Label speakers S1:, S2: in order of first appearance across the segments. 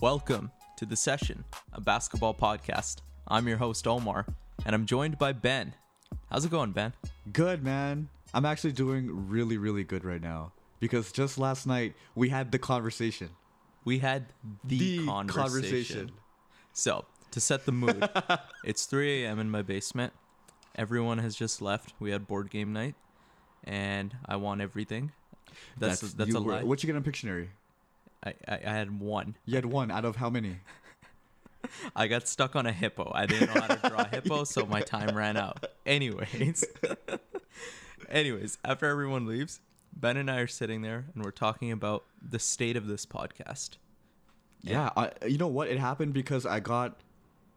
S1: Welcome to The Session, a basketball podcast. I'm your host, Omar, and I'm joined by Ben. How's it going, Ben?
S2: Good, man. I'm actually doing really, really good right now because just last night we had the conversation.
S1: We had the,
S2: The
S1: conversation.
S2: conversation.
S1: So, to set the mood, it's 3 a.m. in my basement. Everyone has just left. We had board game night, and I won everything. That's that's,
S2: you
S1: a
S2: were-
S1: lie.
S2: What you get on Pictionary?
S1: I, I, I had one.
S2: You had one out of how many?
S1: I got stuck on a hippo. I didn't know how to draw a hippo, so my time ran out. Anyways, anyways, after everyone leaves, Ben and I are sitting there and we're talking about the state of this podcast.
S2: Yeah, I, you know what? It happened because I got.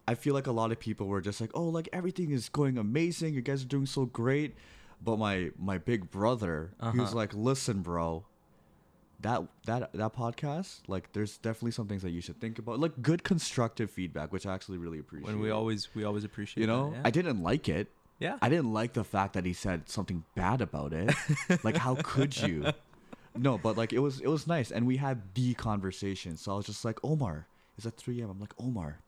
S2: I feel like a lot of people were just like, "Oh, like everything is going amazing. You guys are doing so great," but my my big brother, he
S1: Uh-huh.
S2: was like, "Listen, bro, that that that podcast, like, there's definitely some things that you should think about, like good constructive feedback, which I actually really appreciate."
S1: When we always we always appreciate
S2: you know,
S1: that, yeah.
S2: I didn't like it.
S1: Yeah.
S2: I didn't like the fact that he said something bad about it. like, how could you? No, but like it was it was nice, and we had the conversation. So I was just like, Omar, it's at 3 a.m. I'm like, Omar,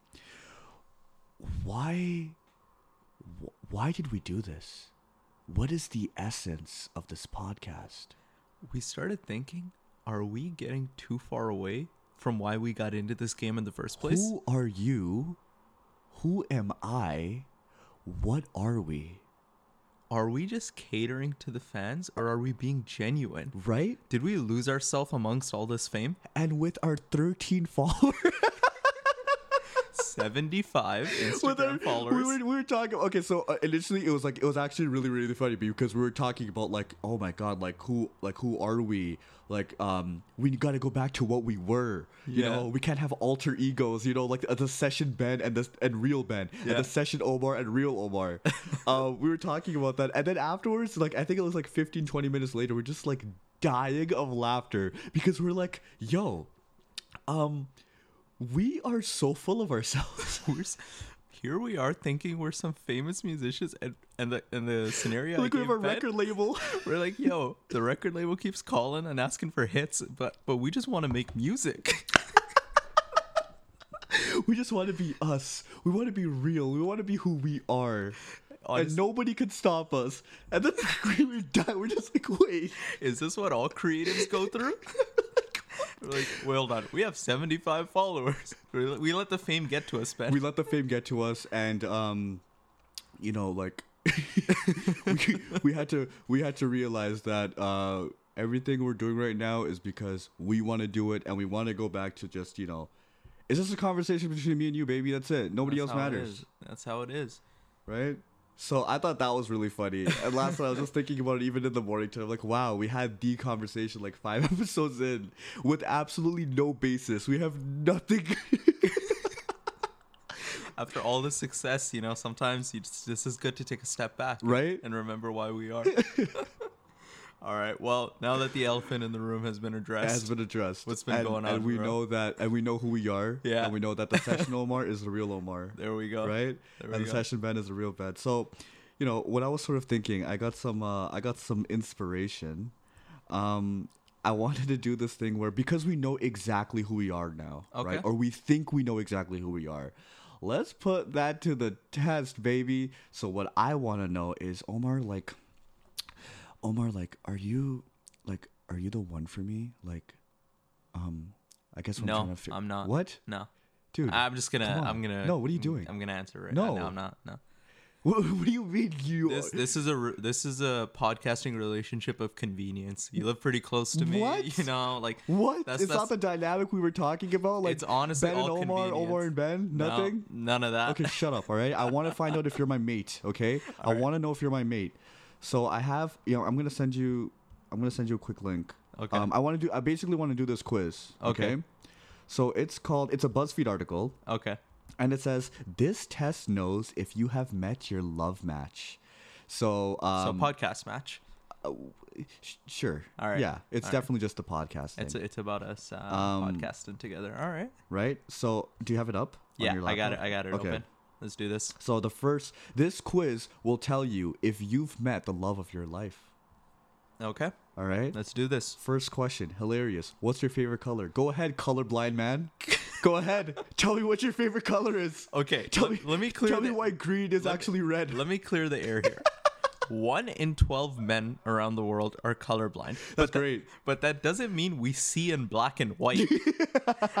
S2: why, wh- why did we do this? What is the essence of this podcast?
S1: we started thinking, are we getting too far away from why we got into this game in the first place?
S2: Who are you? Who am I? What are we?
S1: Are we just catering to the fans or are we being genuine?
S2: Right?
S1: Did we lose ourselves amongst all this fame?
S2: And with our 13 followers.
S1: 75
S2: With
S1: Instagram
S2: our-
S1: followers.
S2: We were, we were talking. Okay, so uh, initially it was like it was actually really really funny because we were talking about like oh my god like who like who are we like um we got to go back to what we were you
S1: Yeah.
S2: know we can't have alter egos you know like uh, the, the session Ben and the and real Ben
S1: Yeah.
S2: and the session Omar and real Omar. uh, we were talking about that and then afterwards like I think it was like 15 20 minutes later we're just like dying of laughter because we're like yo um we are so full of ourselves
S1: we're s- here we are thinking we're some famous musicians and and the and the scenario
S2: like
S1: I
S2: we have
S1: gave
S2: a
S1: Ben,
S2: record label.
S1: we're like yo the record label keeps calling and asking for hits but but we just want to make music
S2: we just want to be us. We want to be real. We want to be who we are.
S1: Honest-
S2: and nobody could stop us. And then we were done. We're just like, wait.
S1: is this what all creatives go through we're like well done we have 75 followers we let- we let the fame get to us Ben.
S2: We let the fame get to us, and um, you know, like we, we had to we had to realize that uh, everything we're doing right now is because we want to do it, and we want to go back to just you know, it's just a conversation between me and you, baby. That's it. Nobody
S1: That's
S2: else
S1: how it
S2: matters.
S1: is. that's how it is
S2: right? So I thought that was really funny. And last night I was just thinking about it even in the morning time. Like, wow, we had the conversation like five episodes in with absolutely no basis. We have nothing.
S1: after all the success you know sometimes you just, this is good to take a step back
S2: Right?
S1: and remember why we are all right well now that the elephant in the room has been addressed
S2: has been addressed.
S1: What's been
S2: and,
S1: going on,
S2: And we
S1: bro?
S2: know that and we know who we are.
S1: Yeah.
S2: And we know that the session Omar is the real Omar.
S1: There we go.
S2: Right?
S1: There we
S2: And the
S1: go.
S2: session band is the real band. So, you know, what I was sort of thinking, I got some uh, I got some inspiration. Um I wanted to do this thing where because we know exactly who we are now,
S1: Okay.
S2: right? Or we think we know exactly who we are. Let's put that to the test, baby. So what I want to know is Omar like Omar, like, are you like are you the one for me? Like, um, I guess what
S1: No,
S2: I'm trying to figure.
S1: I'm not.
S2: What,
S1: No.
S2: dude?
S1: I'm just gonna.
S2: come on.
S1: I'm gonna.
S2: No, what are you doing?
S1: I'm gonna answer right
S2: No.
S1: now. No, I'm not. No.
S2: what, what do you mean you?
S1: This
S2: are-
S1: this is a re- this is a podcasting relationship of convenience. You live pretty close to me.
S2: What?
S1: You know, like
S2: what?
S1: That's,
S2: it's
S1: that's
S2: not the dynamic we were talking about. Like,
S1: It's honestly
S2: Ben
S1: all
S2: and Omar,
S1: convenience.
S2: Omar and Ben.
S1: no,
S2: Nothing.
S1: none of that.
S2: Okay, shut up. All right. I want to find out if you're my mate. Okay. I want to know if you're my mate. So I have. You know, I'm gonna send you. I'm gonna send you a quick link.
S1: Okay.
S2: Um, I want to do. I basically want to do this quiz.
S1: Okay.
S2: okay. So it's called. It's a BuzzFeed article.
S1: Okay.
S2: and it says this test knows if you have met your love match. So,
S1: So
S2: um, uh,
S1: podcast match.
S2: sh- sure,
S1: All right.
S2: yeah, it's
S1: All right.
S2: definitely just the podcast thing,
S1: It's it's about us uh,
S2: Um,
S1: podcasting together. All right.
S2: right? So, do you have it up? on
S1: Yeah,
S2: your
S1: I got it.
S2: laptop?
S1: I got it open. Let's do this.
S2: So the first, this quiz will tell you if you've met the love of your life.
S1: Okay.
S2: All right.
S1: Let's do this.
S2: First question, hilarious. What's your favorite color? Go ahead, colorblind man. Go ahead. Tell me what your favorite color is.
S1: Okay,
S2: Tell
S1: let,
S2: me.
S1: let me clear.
S2: Tell
S1: the,
S2: me why green is actually red.
S1: Let me clear the air here. One in twelve men around the world are colorblind.
S2: That's great.
S1: but that doesn't mean we see in black and white.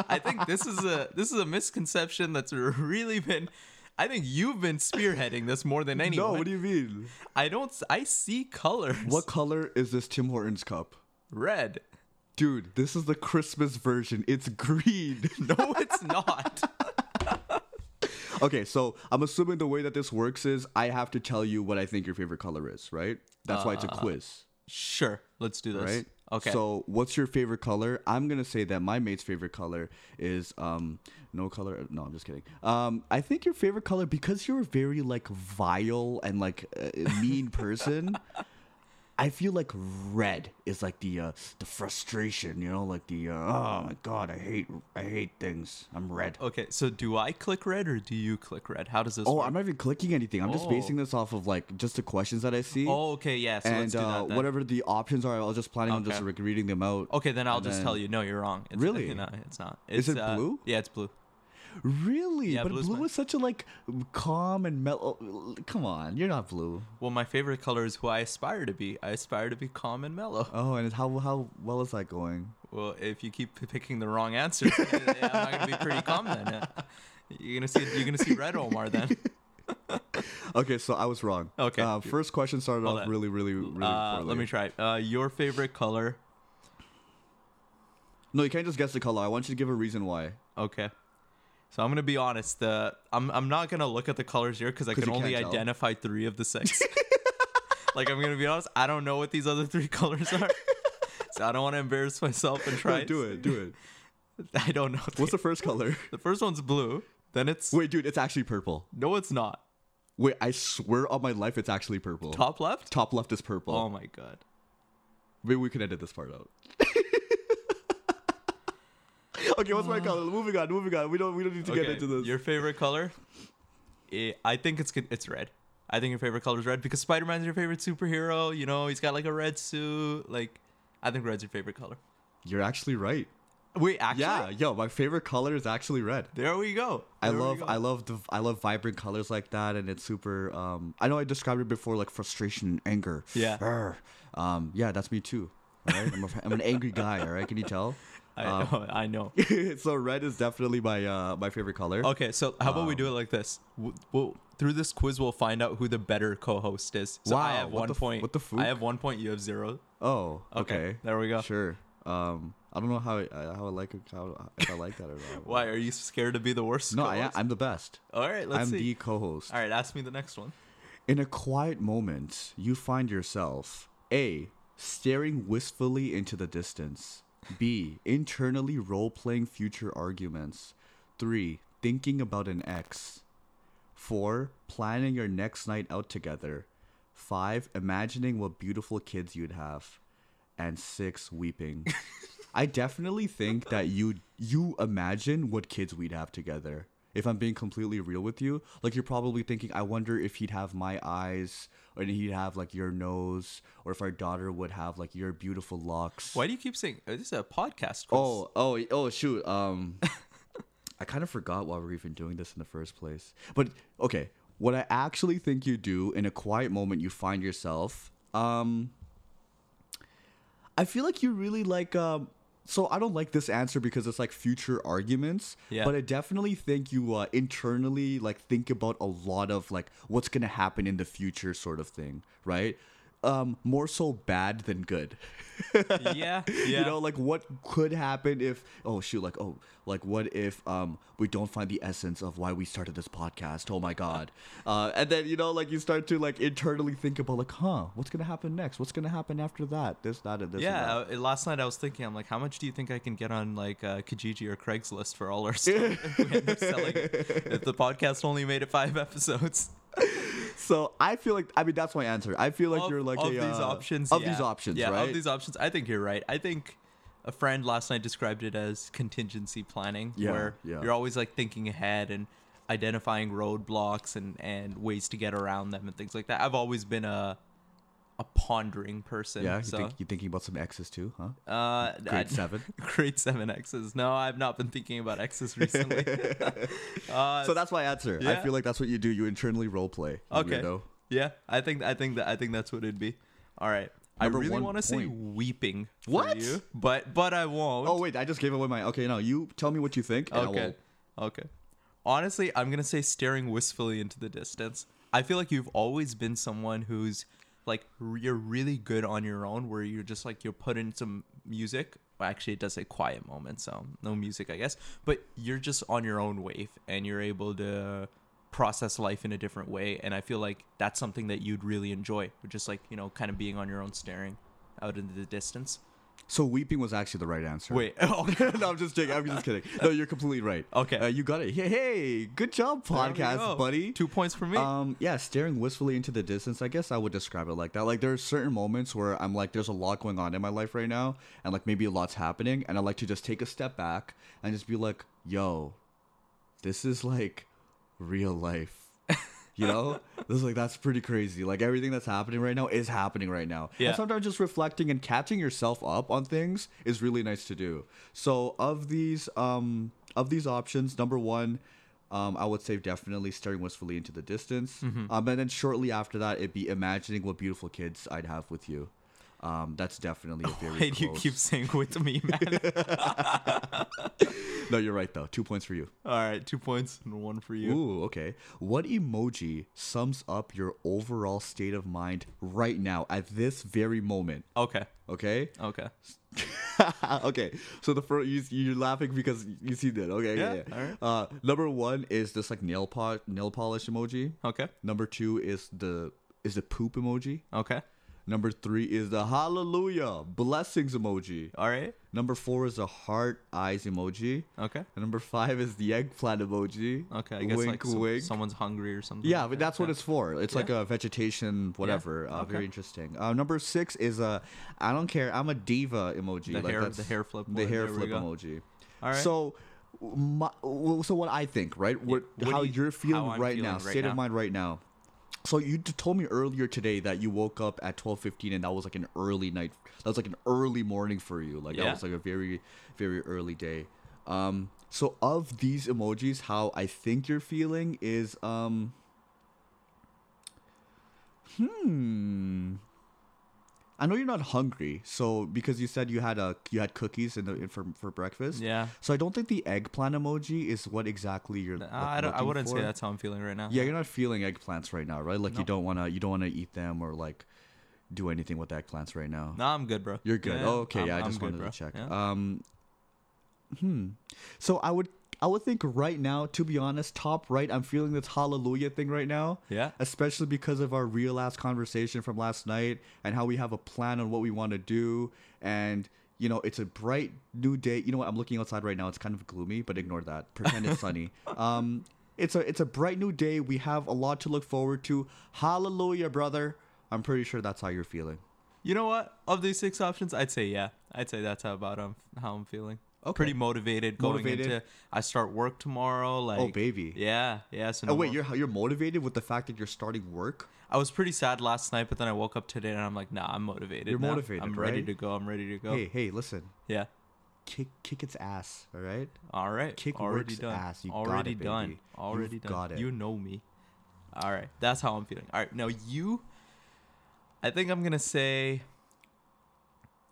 S1: I think this is a this is a misconception that's really been. I think you've been spearheading this more than anyone.
S2: No, what do you mean?
S1: I don't. s- I see colors.
S2: What color is this Tim Hortons cup?
S1: red?
S2: Dude, this is the Christmas version. It's green.
S1: No, it's not.
S2: okay, so I'm assuming the way that this works is I have to tell you what I think your favorite color is, right? That's why it's a quiz,
S1: sure, let's do Uh, this.
S2: right?
S1: Okay.
S2: So, what's your favorite color? I'm gonna say that my mate's favorite color is um no color. No, I'm just kidding. Um, I think your favorite color because you're a very like vile and like uh, mean person. I feel like red is like the uh, the frustration, you know, like the uh, oh my god, I hate I hate things. I'm red.
S1: okay. So do I click red or do you click red? How does this?
S2: Oh,
S1: work?
S2: I'm not even clicking anything. I'm just
S1: Oh.
S2: basing this off of like just the questions that I see.
S1: Oh, okay. Yeah. So let's
S2: and
S1: do
S2: uh,
S1: that. Then.
S2: whatever the options are, I was just planning on just
S1: Okay. Oh.
S2: like, reading them out.
S1: Okay, then I'll
S2: And
S1: just
S2: then-
S1: tell you. No, you're wrong. It's,
S2: Really?
S1: No, it's not.
S2: Is
S1: It's,
S2: it
S1: uh,
S2: blue?
S1: Yeah, it's blue.
S2: Really?
S1: Yeah,
S2: but
S1: blue's
S2: blue
S1: mine.
S2: is such a like calm and mellow. Come on, you're not blue.
S1: Well, my favorite color is who I aspire to be. I aspire to be calm and mellow.
S2: Oh, and how how well is that going?
S1: Well, if you keep p- picking the wrong answers, yeah, I'm not gonna be pretty calm then. Uh, You're gonna see. You're gonna see red Omar then.
S2: Okay, so I was wrong.
S1: Okay.
S2: Uh, first question started
S1: Hold
S2: off
S1: on.
S2: really, really, really
S1: Uh,
S2: poorly.
S1: let me try. Uh, your favorite color?
S2: No, you can't just guess the color. I want you to give a reason why.
S1: Okay. So I'm gonna be honest. Uh, I'm I'm not gonna look at the colors here because I
S2: 'Cause
S1: can
S2: you
S1: only
S2: can't tell.
S1: identify three of the six. like I'm gonna be honest, I don't know what these other three colors are, so I don't want to embarrass myself and try.
S2: No, do it. Do it.
S1: I don't know.
S2: What's the first color?
S1: the first one's blue. Then it's
S2: Wait, dude, it's actually purple.
S1: no, it's not.
S2: Wait, I swear on my life, it's actually purple.
S1: Top left.
S2: Top left is purple.
S1: Oh my god.
S2: Maybe we could edit this part out. okay, what's my color? Moving on, moving on. We don't we don't need to get
S1: Okay,
S2: into this.
S1: Your favorite color? Eh, I think it's good- it's red. I think your favorite color is red because Spider Man's your favorite superhero. You know, he's got like a red suit. Like, I think red's your favorite color.
S2: You're actually right.
S1: Wait, actually,
S2: Yeah, yo, my favorite color is actually red.
S1: There we go.
S2: I
S1: There we
S2: love
S1: go.
S2: I love the I love vibrant colors like that and it's super um I know I described it before like frustration and anger.
S1: Yeah.
S2: Arr. Um yeah, that's me too. All right? I'm, a, I'm an angry guy, all right? Can you tell?
S1: I know. I know.
S2: so red is definitely my uh my favorite color.
S1: Okay, so how about we
S2: Um,
S1: do it like this? W- We'll, through this quiz, we'll find out who the better co-host is. So I
S2: Wow,
S1: have
S2: what
S1: one
S2: the f-
S1: point.
S2: what the
S1: I
S2: fook?
S1: have one point. You have zero.
S2: Oh,
S1: Okay,
S2: okay.
S1: there we go.
S2: Sure. Um, I don't know how I, how I like it, how if I like that or not.
S1: Why are you scared to be the worst?
S2: No, I am,
S1: co-host?
S2: I'm the best.
S1: All right, let's
S2: I'm
S1: see.
S2: the co-host.
S1: All right, ask me the next one.
S2: In a quiet moment, you find yourself a staring wistfully into the distance. B internally role-playing future arguments. Three thinking about an ex. Four planning your next night out together. Five imagining what beautiful kids you'd have, and six weeping. I definitely think that you you imagine what kids we'd have together. If I'm being completely real with you, like you're probably thinking, I wonder if he'd have my eyes, or he'd have like your nose, or if our daughter would have like your beautiful locks.
S1: Why do you keep saying oh, this is a podcast quiz?
S2: Oh, oh, oh, shoot. Um, I kind of forgot why we're even doing this in the first place. But okay, what I actually think you do in a quiet moment, you find yourself. Um, I feel like you really like. Um, so I don't like this answer because it's like future arguments.
S1: Yeah.
S2: But I definitely think you uh, internally like think about a lot of like what's gonna happen in the future, sort of thing, right? Um, more so bad than good.
S1: yeah, yeah.
S2: You know, like what could happen if oh shoot, like oh like what if um we don't find the essence of why we started this podcast? Oh my god. Uh and then you know, like you start to like internally think about like, huh, what's gonna happen next? What's gonna happen after that? This, that, and this. and that.
S1: yeah. I- last night I was thinking, I'm like, how much do you think I can get on like uh, Kijiji or Craigslist for all our stuff if we end up selling it? If the podcast only made it five episodes.
S2: So I feel like I mean that's my answer. I feel like
S1: of,
S2: you're like
S1: of
S2: a,
S1: these
S2: uh,
S1: options
S2: Of
S1: yeah.
S2: these options,
S1: yeah
S2: right?
S1: of these options i think you're right i think a friend last night described it as contingency planning
S2: Yeah,
S1: where
S2: yeah.
S1: you're always like thinking ahead and identifying roadblocks and and ways to get around them and things like that i've always been a a pondering person.
S2: Yeah, you
S1: so
S2: think you thinking about some X's too, huh?
S1: uh,
S2: Grade seven.
S1: grade seven X's. No, I've not been thinking about X's recently. uh,
S2: So that's my answer. I
S1: yeah.
S2: feel like that's what you do. You internally role play. you
S1: okay.
S2: weirdo.
S1: Yeah, I think I think that I think that's what it'd be. All right.
S2: Number
S1: I really
S2: one
S1: want to say
S2: point.
S1: weeping for
S2: What?
S1: you, but but I won't.
S2: Oh wait, I just gave away my. Okay, now you tell me what you think. And I
S1: Okay.
S2: will,
S1: Okay. Honestly, I'm gonna say staring wistfully into the distance. I feel like you've always been someone who's like r- you're really good on your own, where you're just like you put in some music. Well, actually, it does say quiet moments, so no music, I guess. But you're just on your own wave, and you're able to process life in a different way. And I feel like that's something that you'd really enjoy, just like you know, kind of being on your own, staring out into the distance.
S2: so weeping was actually the right answer.
S1: Wait, oh,
S2: no, I'm just kidding. I'm just kidding. No, you're completely right.
S1: Okay.
S2: Uh, you got it. Hey, hey, good job,
S1: there we go.
S2: podcast buddy.
S1: Two points for me.
S2: Um, yeah, staring wistfully into the distance. I guess I would describe it like that. Like there are certain moments where I'm like, there's a lot going on in my life right now, and like maybe a lot's happening, and I like to just take a step back and just be like, yo, this is like real life. You know, this is like that's pretty crazy. Like everything that's happening right now is happening right now.
S1: Yeah.
S2: And sometimes just reflecting and catching yourself up on things is really nice to do. So of these, um, of these options, number one, um, I would say definitely staring wistfully into the distance.
S1: Mm-hmm.
S2: Um, and then shortly after that, it'd be imagining what beautiful kids I'd have with you. Um, that's definitely a very
S1: Why
S2: close.
S1: do you keep saying with me, man?
S2: No, you're right though. Two points for you.
S1: All right, two points and one for you.
S2: Ooh, okay. What emoji sums up your overall state of mind right now at this very moment?
S1: Okay,
S2: Okay.
S1: okay.
S2: okay. So the first you, you're laughing because you see that. Okay. Yeah.
S1: Yeah, alright.
S2: Uh, number one is this like nail pot nail polish emoji.
S1: Okay.
S2: Number two is the is the poop emoji.
S1: Okay.
S2: Number three is the hallelujah blessings emoji.
S1: All right.
S2: Number four is the heart eyes emoji.
S1: Okay.
S2: And number five is the eggplant emoji.
S1: Okay. I guess
S2: wink,
S1: like some-
S2: wink.
S1: someone's hungry or something.
S2: Yeah,
S1: like
S2: but
S1: that.
S2: that's
S1: Mm-hmm.
S2: what
S1: Yeah.
S2: it's for. It's like a vegetation, whatever. Uh,
S1: okay.
S2: Very interesting. Uh, number six is a I don't care. I'm a diva emoji.
S1: The
S2: like
S1: hair-
S2: that's-
S1: the hair flip
S2: The
S1: one.
S2: hair
S1: There we
S2: flip
S1: go.
S2: emoji.
S1: All right.
S2: So, my, well, so what I think, right? What,
S1: what do
S2: how
S1: you-
S2: you, are feeling
S1: how I'm
S2: right
S1: feeling
S2: now,
S1: right
S2: state
S1: now.
S2: of mind right now. So you t- told me earlier today that you woke up at twelve fifteen, and that was like an early night. That was like an early morning for you. Like that
S1: Yeah.
S2: was like a very, very early day. Um, so of these emojis, how I think you're feeling is um. Hmm. I know you're not hungry, so because you said you had a you had cookies in the for for breakfast.
S1: Yeah.
S2: So I don't think the eggplant emoji is what exactly you're.
S1: Uh,
S2: like,
S1: I, don't, I
S2: looking
S1: wouldn't
S2: for.
S1: say that's how I'm feeling right now.
S2: Yeah, you're not feeling eggplants right now, right? Like you
S1: No.
S2: don't wanna you don't wanna eat them or like do anything with eggplants right now.
S1: No, I'm good, bro.
S2: You're good.
S1: Yeah,
S2: oh, okay.
S1: I'm-
S2: yeah, I
S1: I'm
S2: just
S1: good,
S2: wanted
S1: bro.
S2: to check.
S1: Yeah.
S2: Um, hmm. So I would I would think right now, to be honest, top right, I'm feeling this hallelujah thing right now.
S1: Yeah.
S2: Especially because of our real ass conversation from last night and how we have a plan on what we want to do and. You know, it's a bright new day. You know what? I'm looking outside right now. It's kind of gloomy, but ignore that. Pretend it's sunny. Um, it's a it's a bright new day. We have a lot to look forward to. Hallelujah, brother. I'm pretty sure that's how you're feeling.
S1: You know what? Of these six options, I'd say yeah. I'd say that's how about um, how I'm feeling.
S2: Okay.
S1: Pretty motivated going
S2: Motivated.
S1: into. I start work tomorrow. Like.
S2: Oh, baby.
S1: Yeah. Yeah. So.
S2: Oh
S1: no
S2: wait,
S1: more-
S2: you're you're motivated with the fact that you're starting work.
S1: I was pretty sad last night, but then I woke up today and I'm like, nah, I'm motivated.
S2: You're
S1: now.
S2: motivated,
S1: I'm ready
S2: right?
S1: to go. I'm ready to go.
S2: Hey, hey, listen,
S1: Yeah.
S2: kick kick its ass, all right?
S1: All right.
S2: Kick
S1: already
S2: works
S1: done.
S2: ass. You got
S1: already
S2: it, baby.
S1: done.
S2: You've
S1: Already done.
S2: got it.
S1: You know me. All right. That's how I'm feeling. All right. Now you I think I'm going to say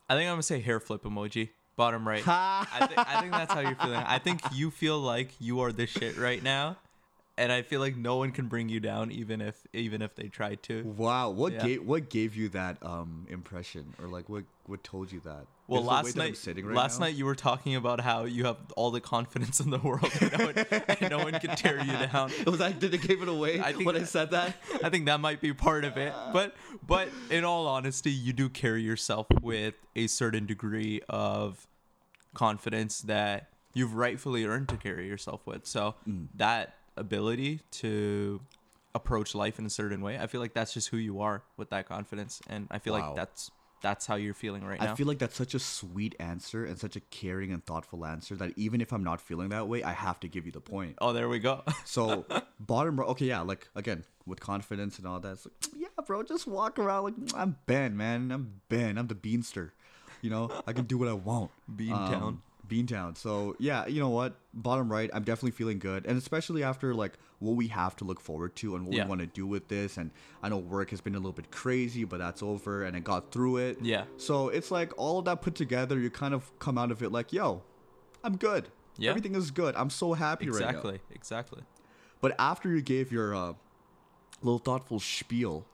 S1: I think I'm going to say hair flip emoji. Bottom right. I, th- I think that's how you're feeling. I think you feel like you are the shit right now, and I feel like no one can bring you down, even if even if they try to.
S2: Wow, what
S1: Yeah.
S2: gave what gave you that um impression, or like what what told you that?
S1: Well,
S2: Is the way
S1: last
S2: that I'm
S1: night,
S2: sitting right
S1: last
S2: now?
S1: night you were talking about how you have all the confidence in the world, and no one, and no one can tear you down.
S2: was I did it give it away
S1: I think
S2: when I
S1: that-
S2: said that?
S1: I think that might be part of it. But but in all honesty, you do carry yourself with a certain degree of confidence that you've rightfully earned to carry yourself with. So
S2: Mm.
S1: that ability to approach life in a certain way, I feel like that's just who you are with that confidence. And I feel
S2: Wow.
S1: like that's that's how you're feeling right now.
S2: I feel like that's such a sweet answer and such a caring and thoughtful answer that even if I'm not feeling that way, I have to give you the point.
S1: oh, there we go.
S2: So bottom right, okay, yeah, like again with confidence and all that. It's like, yeah, bro, just walk around like I'm Ben, man. I'm Ben. I'm the Beanster. You know, I can do what I want.
S1: Beantown.
S2: Beantown. So yeah, you know what? Bottom right, I'm definitely feeling good, and especially after like what we have to look forward to and what
S1: Yeah.
S2: we want to do with this. And I know work has been a little bit crazy, but that's over, and I got through it.
S1: Yeah.
S2: So it's like all of that put together, you kind of come out of it like, yo, I'm good.
S1: Yeah.
S2: Everything is good. I'm so happy right now.
S1: Exactly. Exactly.
S2: But after you gave your uh, little thoughtful spiel,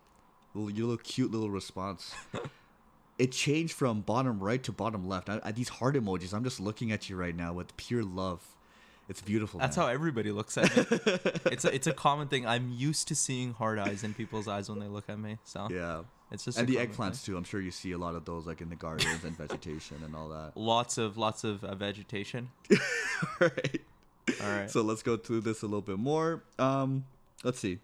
S2: little, your little cute little response, it changed from bottom right to bottom left. I, I, these heart emojis, I'm just looking at you right now with pure love. It's beautiful.
S1: That's how everybody looks at me. it's a, it's a common thing. I'm used to seeing hard eyes in people's eyes when they look at me. So
S2: Yeah.
S1: it's just
S2: and
S1: a
S2: the
S1: common thing.
S2: eggplants too. I'm sure you see a lot of those like in the gardens and vegetation and all that.
S1: Lots of lots of uh, vegetation.
S2: All right.
S1: All right.
S2: So let's go through this a little bit more. Um, let's see.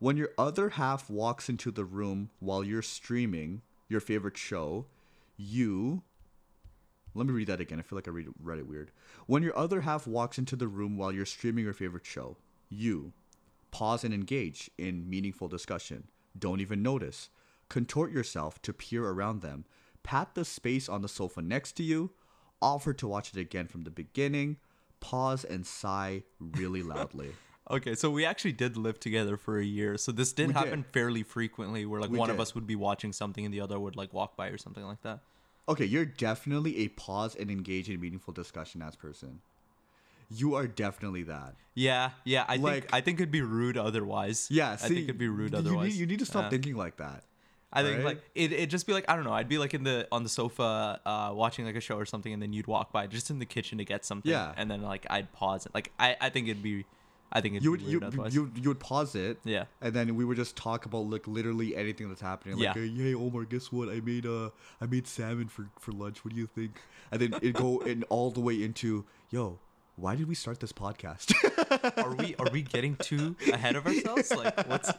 S2: When your other half walks into the room while you're streaming your favorite show, you. Let me read that again. I feel like I read, read it weird. When your other half walks into the room while you're streaming your favorite show, you pause and engage in meaningful discussion. Don't even notice. Contort yourself to peer around them. Pat the space on the sofa next to you. Offer to watch it again from the beginning. Pause and sigh really loudly.
S1: okay, so we actually did live together for a year. So this did
S2: We
S1: happen
S2: did.
S1: fairly frequently where like
S2: We
S1: one of
S2: did.
S1: us would be watching something and the other would like walk by or something like that.
S2: Okay, you're definitely a pause and engage in meaningful discussion as person. You are definitely that.
S1: Yeah, yeah. I
S2: Like-
S1: think I think it'd be rude otherwise.
S2: Yeah,
S1: I
S2: see,
S1: think it'd be rude
S2: you need-
S1: otherwise. Uh.
S2: You need to stop
S1: Yeah.
S2: thinking like that.
S1: I think
S2: right?
S1: like it it'd just be like I don't know. I'd be like in the on the sofa uh, watching like a show or something, and then you'd walk by just in the kitchen to get something.
S2: Yeah.
S1: and then like I'd pause. Like I I think it'd be, I think it'd be
S2: you would
S1: weird
S2: you,
S1: otherwise.
S2: you you would pause it.
S1: Yeah.
S2: And then we would just talk about like literally anything that's happening. Like,
S1: Yeah.
S2: hey, hey Omar, guess what? I made uh I made salmon for for lunch. What do you think? And then it go in all the way into yo. Why did we start this podcast?
S1: are we are we getting too ahead of ourselves? Like what's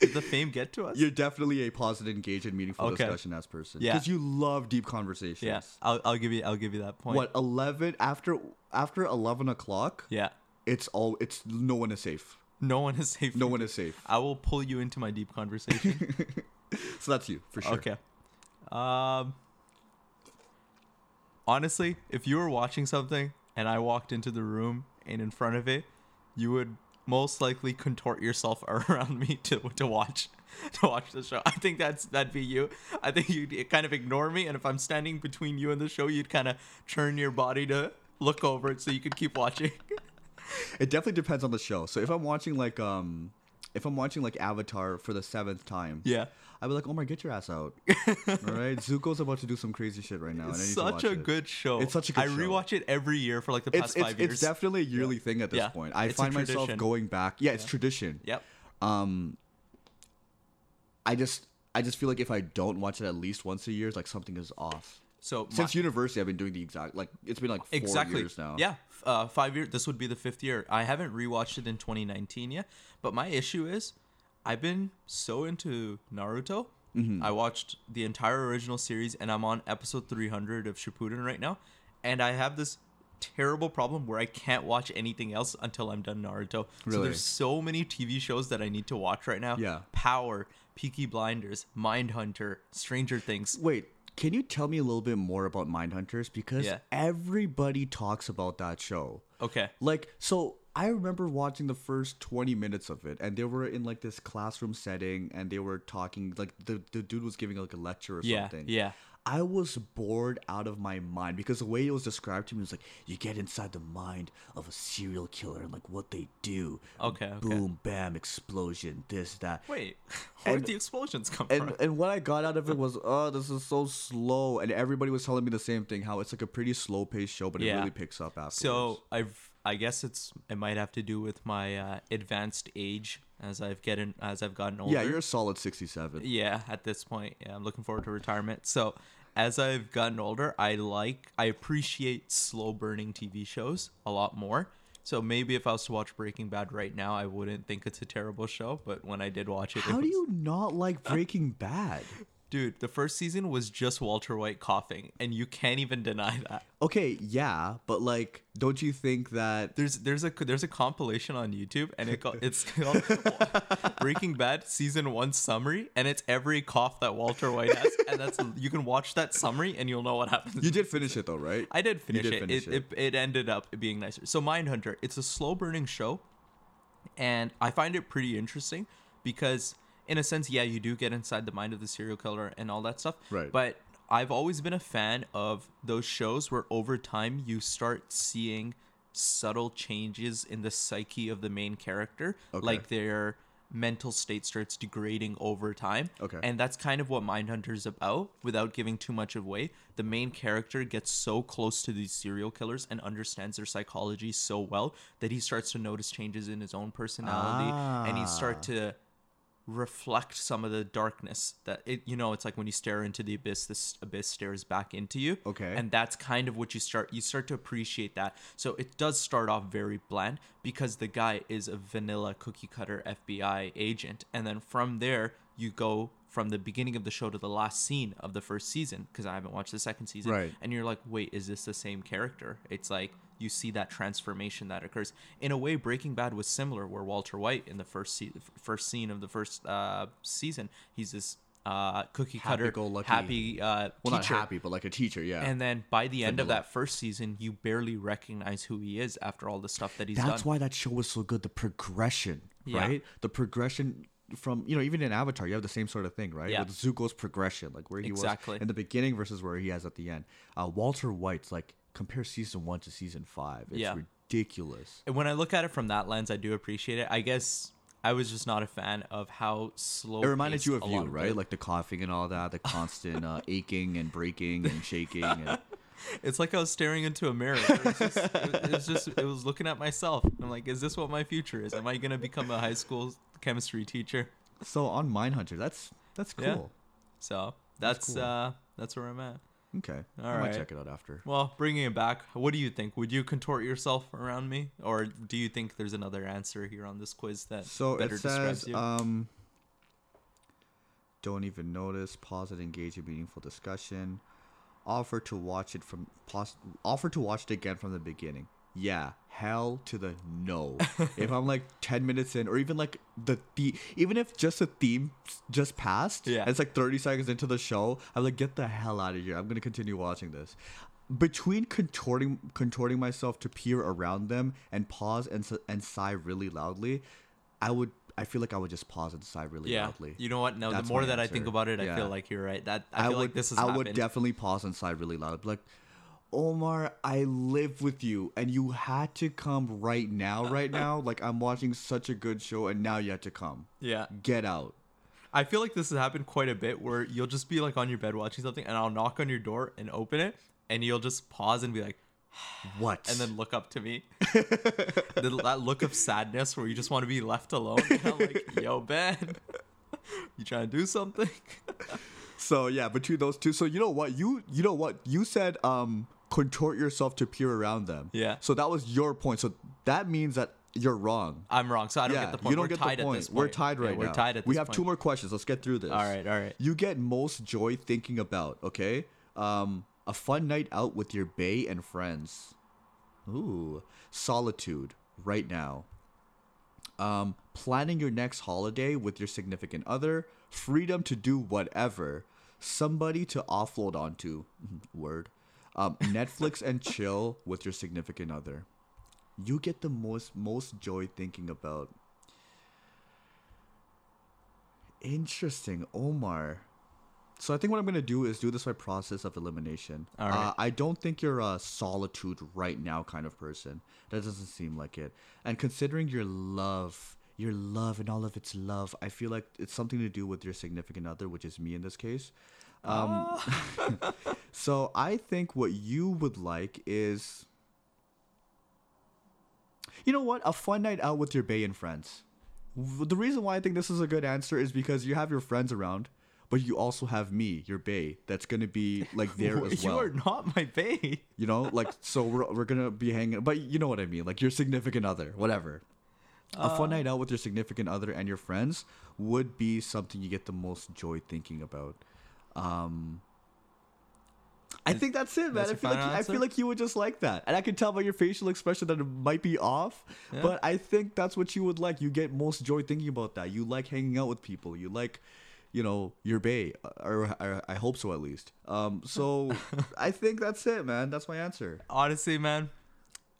S1: did the fame get to us?
S2: You're definitely a positive, engaged, and meaningful
S1: Okay.
S2: discussion as person.
S1: Yeah.
S2: Because you love deep conversations.
S1: yeah, I'll I'll give you I'll give you that point.
S2: What eleven after after eleven o'clock?
S1: Yeah,
S2: It's all. It's no one is safe.
S1: no one is safe.
S2: No one is safe.
S1: I will pull you into my deep conversation.
S2: So that's you for sure.
S1: Okay. Um. Honestly, if you were watching something and I walked into the room and in front of it, you would most likely contort yourself around me to to watch to watch the show. I think that's that'd be you. I think you'd kind of ignore me, and if I'm standing between you and the show, you'd kind of turn your body to look over it so you could keep watching.
S2: It definitely depends on the show. So if I'm watching like um, if I'm watching like Avatar for the seventh time,
S1: yeah.
S2: I'd be like, Omar, get your ass out. all right, Zuko's about to do some crazy shit right now. and I need to
S1: Such
S2: watch
S1: a
S2: it.
S1: good show.
S2: It's such a good
S1: I
S2: show.
S1: rewatch it every year for like the
S2: It's
S1: past
S2: it's,
S1: five years.
S2: it's definitely a yearly thing at this
S1: Yeah.
S2: point. I
S1: It's a
S2: find myself
S1: tradition.
S2: going back. Yeah, it's tradition.
S1: yep.
S2: I just I just feel like if I don't watch it at least once a year, it's like something is off.
S1: So my-
S2: Since university, I've been doing the exact like it's been like four
S1: exactly
S2: years now.
S1: yeah f- uh, five years this would be the fifth year i haven't rewatched it in 2019 yet but my issue is i've been so into naruto
S2: Mm-hmm.
S1: i watched the entire original series and i'm on episode 300 of shippuden right now and i have this terrible problem where i can't watch anything else until i'm done naruto so
S2: Really?
S1: there's so many tv shows that i need to watch right now
S2: Yeah.
S1: power peaky blinders mindhunter stranger things
S2: Wait, can you tell me a little bit more about Mindhunters? Because
S1: Yeah.
S2: everybody talks about that show.
S1: okay
S2: Like, so I remember watching the first 20 minutes of it, and they were in like this classroom setting, and they were talking, like, the, the dude was giving like a lecture or
S1: Yeah,
S2: something.
S1: yeah.
S2: I was bored out of my mind because the way it was described to me was like, you get inside the mind of a serial killer and like what they do.
S1: Okay, okay.
S2: Boom, bam, explosion, this, that.
S1: wait where'd
S2: And-
S1: the explosions come from
S2: And, and what I got out of it was, oh, this is so slow. And everybody was telling me the same thing, how it's like a pretty slow paced show, but it
S1: Yeah.
S2: really picks up afterwards.
S1: So I've I guess it's it might have to do with my uh, advanced age as I've getting as I've gotten older.
S2: yeah, you're a solid 67.
S1: yeah. At this point, yeah, I'm looking forward to retirement. So as I've gotten older, I like I appreciate slow burning TV shows a lot more. So maybe if I was to watch Breaking Bad right now, I wouldn't think it's a terrible show. But when I did watch it, it
S2: How do
S1: was-
S2: you not like Breaking Bad?
S1: Dude, the first season was just Walter White coughing, and you can't even deny that.
S2: Okay, yeah, but like, don't you think that
S1: There's there's a there's a compilation on YouTube, and it called, it's called Breaking Bad season one summary, and it's every cough that Walter White has, and that's you can watch that summary and you'll know what happens.
S2: you did finish it though, right?
S1: I did
S2: You
S1: finish,
S2: did
S1: it.
S2: finish
S1: it. It, it. ended up being nicer. So Mindhunter, it's a slow burning show, and I find it pretty interesting because, in a sense, yeah, you do get inside the mind of the serial killer and all that stuff.
S2: Right.
S1: But I've always been a fan of those shows where over time you start seeing subtle changes in the psyche of the main character,
S2: Okay.
S1: like their mental state starts degrading over time.
S2: Okay.
S1: And that's kind of what Mindhunter's about without giving too much away. The main character gets so close to these serial killers and understands their psychology so well that he starts to notice changes in his own personality and he
S2: Ah.
S1: start to reflect some of the darkness that it you know it's like when you stare into the abyss this abyss stares back into you
S2: Okay.
S1: and that's kind of what you start you start to appreciate that so it does start off very bland because the guy is a vanilla cookie cutter fbi agent and then from there you go from the beginning of the show to the last scene of the first season because i haven't watched the second season
S2: Right.
S1: and you're like wait is this the same character it's like you see that transformation that occurs in a way breaking bad was similar where walter white in the first se- first scene of the first uh, season he's this uh, cookie cutter
S2: Happy-go-lucky.
S1: happy uh,
S2: well, not
S1: teacher.
S2: happy, but like a teacher, yeah.
S1: And then by the end of
S2: Vanilla.
S1: that first season, you barely recognize who he is after all the stuff that he's
S2: That's
S1: done.
S2: why that show was so good. The progression,
S1: Yeah.
S2: right? The progression from you know even in Avatar, you have the same sort of thing, right?
S1: Yeah.
S2: With Zuko's progression, like where he
S1: Exactly.
S2: was in the beginning versus where he has at the end. Uh, Walter White's like compare season one to season five. It's
S1: Yeah.
S2: ridiculous.
S1: And when I look at it from that lens, I do appreciate it. I guess I was just not a fan of how slow
S2: It reminded
S1: paced
S2: you of
S1: a
S2: you,
S1: lot it-
S2: right? Like the coughing and all that, the constant uh, aching and breaking and shaking. And
S1: It's like I was staring into a mirror. It was just, it was, just, it was looking at myself. I'm like, is this what my future is? Am I gonna become a high school chemistry teacher?
S2: so on Mindhunter, that's that's
S1: Yeah.
S2: cool.
S1: So that's
S2: That's cool.
S1: uh that's where I'm at.
S2: Okay, I
S1: All
S2: might
S1: right.
S2: check it out after.
S1: Well, bringing it back, what do you think? Would you contort yourself around me, or do you think there's another answer here on this quiz that
S2: So
S1: better
S2: it says,
S1: describes you?
S2: um, don't even notice. Pause it. Engage in meaningful discussion. Offer to watch it from. Pause, offer to watch it again from the beginning. Yeah, hell to the no. if I'm like ten minutes in, or even like the the, even if just the theme s- just passed,
S1: Yeah.
S2: and it's like thirty seconds into the show, I'm like, get the hell out of here. I'm gonna continue watching this. Between contorting contorting myself to peer around them and pause and s- and sigh really loudly, I would. I feel like I would just pause and sigh really
S1: yeah.
S2: loudly.
S1: You know what? No, the
S2: That's
S1: more
S2: my
S1: that I
S2: answer.
S1: think about it, I
S2: Yeah.
S1: feel like you're right. That I feel
S2: would.
S1: like this is
S2: I would definitely pause and sigh really loud. Like, Omar, I live with you, and you had to come right now. Right now, like I'm watching such a good show, and now you had to come.
S1: yeah.
S2: Get out.
S1: I feel like this has happened quite a bit where you'll just be like on your bed watching something and I'll knock on your door and open it and you'll just pause and be like
S2: What?
S1: and then look up to me. The- that look of sadness where you just want to be left alone. And I'm like, yo, Ben, you trying to do something?
S2: So yeah, between those two. So you know what you you know what you said. Um, contort yourself to peer around them.
S1: Yeah.
S2: So that was your point. So that means that you're wrong.
S1: I'm wrong, so I don't
S2: yeah,
S1: get the point.
S2: you don't
S1: we're
S2: get
S1: tied
S2: the point.
S1: at this point.
S2: We're tied
S1: Yeah,
S2: right now.
S1: We're tied at this
S2: We have
S1: point.
S2: two more questions. Let's get through this.
S1: All right, all right.
S2: You get most joy thinking about okay, um, a fun night out with your bay and friends. Ooh, solitude right now. Um, planning your next holiday with your significant other, freedom to do whatever, somebody to offload onto. Word. Um, Netflix and chill with your significant other. You get the most most joy thinking about. Interesting, Omar. So I think what I'm gonna do is do this by process of elimination.
S1: All right.
S2: Uh, I don't think you're a solitude right now kind of person. That doesn't seem like it. And considering your love, your love and all of its love, I feel like it's something to do with your significant other, which is me in this case. Um, so I think what you would like is, you know what, a fun night out with your bay and friends. W- The reason why I think this is a good answer is because you have your friends around, but you also have me, your bay, that's gonna be like there as
S1: you
S2: well.
S1: are not my bae.
S2: You know, like so we're we're gonna be hanging, but you know what I mean, like your significant other, whatever. a
S1: Um,
S2: fun night out with your significant other and your friends would be something you get the most joy thinking about. Um, I
S1: Is-
S2: think that's it, man.
S1: that's
S2: I
S1: your
S2: feel like
S1: final
S2: I
S1: answer?
S2: feel like you would just like that, and I can tell by your facial expression that it might be off,
S1: Yeah.
S2: but I think that's what you would like. You get most joy thinking about that. You like hanging out with people. You like, you know, your bay, or, or I hope so at least. Um, so I think that's it, man. That's my answer.
S1: Honestly, man,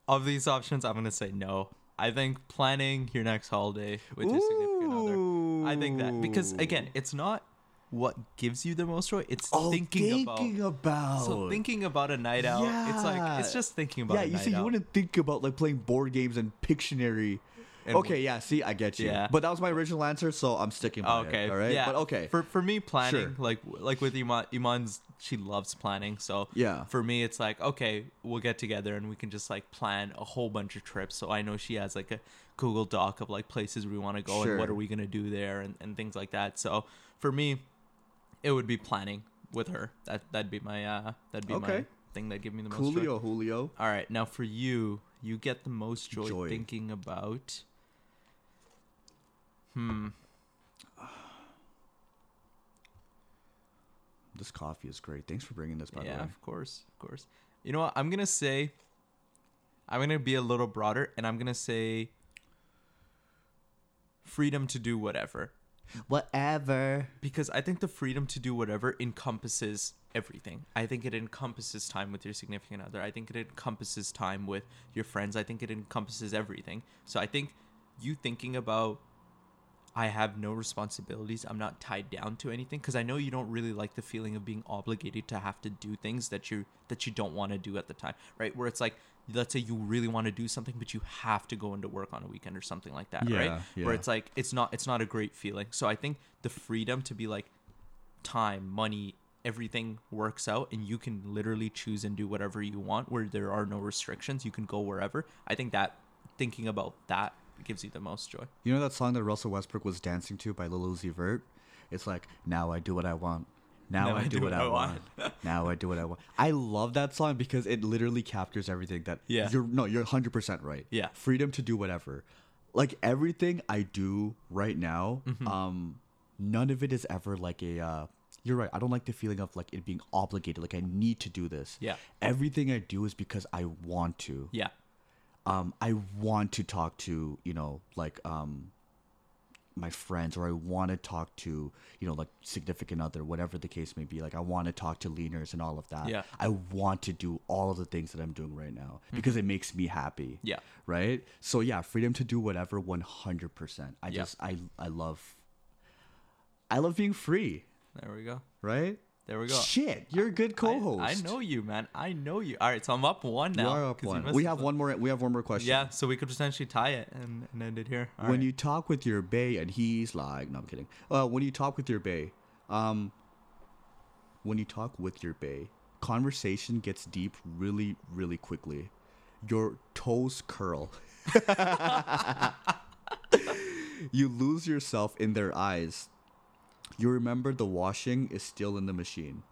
S1: of these options, I'm gonna say no. I think planning your next holiday with your significant other. I think that because again, it's not what gives you the most joy. It's
S2: Oh,
S1: thinking,
S2: thinking about.
S1: about. So thinking about a night out. It's like it's
S2: Yeah.
S1: just thinking about.
S2: yeah,
S1: a
S2: you
S1: night
S2: see, you
S1: out.
S2: wouldn't think about like playing board games and Pictionary.
S1: And
S2: okay, yeah, see, I get you.
S1: Yeah.
S2: But that was my original answer, so I'm sticking by
S1: okay.
S2: it. All right.
S1: Yeah.
S2: But okay.
S1: For for me, planning
S2: Sure.
S1: like like with Iman, Iman's she loves planning. So
S2: Yeah.
S1: For me, it's like okay, we'll get together and we can just like plan a whole bunch of trips. So I know she has like a Google Doc of like places we want to go and what
S2: Sure.
S1: are we gonna do there and, and things like that. So for me, it would be planning with her. That that'd be my uh that'd be my
S2: Okay.
S1: thing that give me the most. joy.
S2: Coolio, Julio.
S1: All right, now for you, you get the most joy,
S2: Joy.
S1: thinking about.
S2: This coffee is great. Thanks for bringing this, by
S1: yeah,
S2: the way.
S1: of course, of course. You know what? I'm gonna say. I'm gonna be a little broader, and I'm gonna say. Freedom to do whatever,
S2: Whatever.
S1: because I think the freedom to do whatever encompasses everything. I think it encompasses time with your significant other. I think it encompasses time with your friends. I think it encompasses everything. So I think you thinking about I have no responsibilities. I'm not tied down to anything because I know you don't really like the feeling of being obligated to have to do things that you that you don't want to do at the time, right? Where it's like let's say you really want to do something but you have to go into work on a weekend or something like that, right?
S2: Yeah,
S1: Where
S2: yeah.
S1: it's like it's not it's not a great feeling. So I think the freedom to be like time, money, everything works out and you can literally choose and do whatever you want where there are no restrictions, you can go wherever. I think that thinking about that gives you the most joy.
S2: You know that song that Russell Westbrook was dancing to by Lil Uzi Vert? It's like, now I do what I want. Now I, do what, I want. now I do what I want. I love that song because it literally captures everything that
S1: Yeah.
S2: you're no, you're 100% right.
S1: Yeah.
S2: Freedom to do whatever. Like everything I do right now, um none of it is ever like a uh you're right. I don't like the feeling of like it being obligated like I need to do this.
S1: Yeah.
S2: Everything I do is because I want to
S1: Yeah.
S2: um, I want to talk to, you know, like um, my friends, or I want to talk to, you know, like significant other, whatever the case may be. Like I want to talk to leaners and all of that.
S1: Yeah. Mm-hmm.
S2: I want to do all of the things that I'm doing right now because it makes me happy.
S1: Yeah.
S2: Right. So yeah, freedom to do whatever, one hundred percent. I
S1: Yeah.
S2: just I I love. I love being free.
S1: There we go.
S2: Right.
S1: There we go.
S2: Shit, you're a good
S1: I-
S2: co-host.
S1: I, know you, man. I know you. All right, so I'm up one
S2: You
S1: now.
S2: are up
S1: 'cause you
S2: one.
S1: missed
S2: We
S1: this
S2: have one more. We have one more question.
S1: Yeah, so we could potentially tie it and, and end it here. All
S2: when
S1: right.
S2: you talk with your bay and he's like no i'm kidding uh, when you talk with your bay um when you talk with your bay conversation gets deep really really quickly your toes curl you lose yourself in their eyes you remember the washing is still in the machine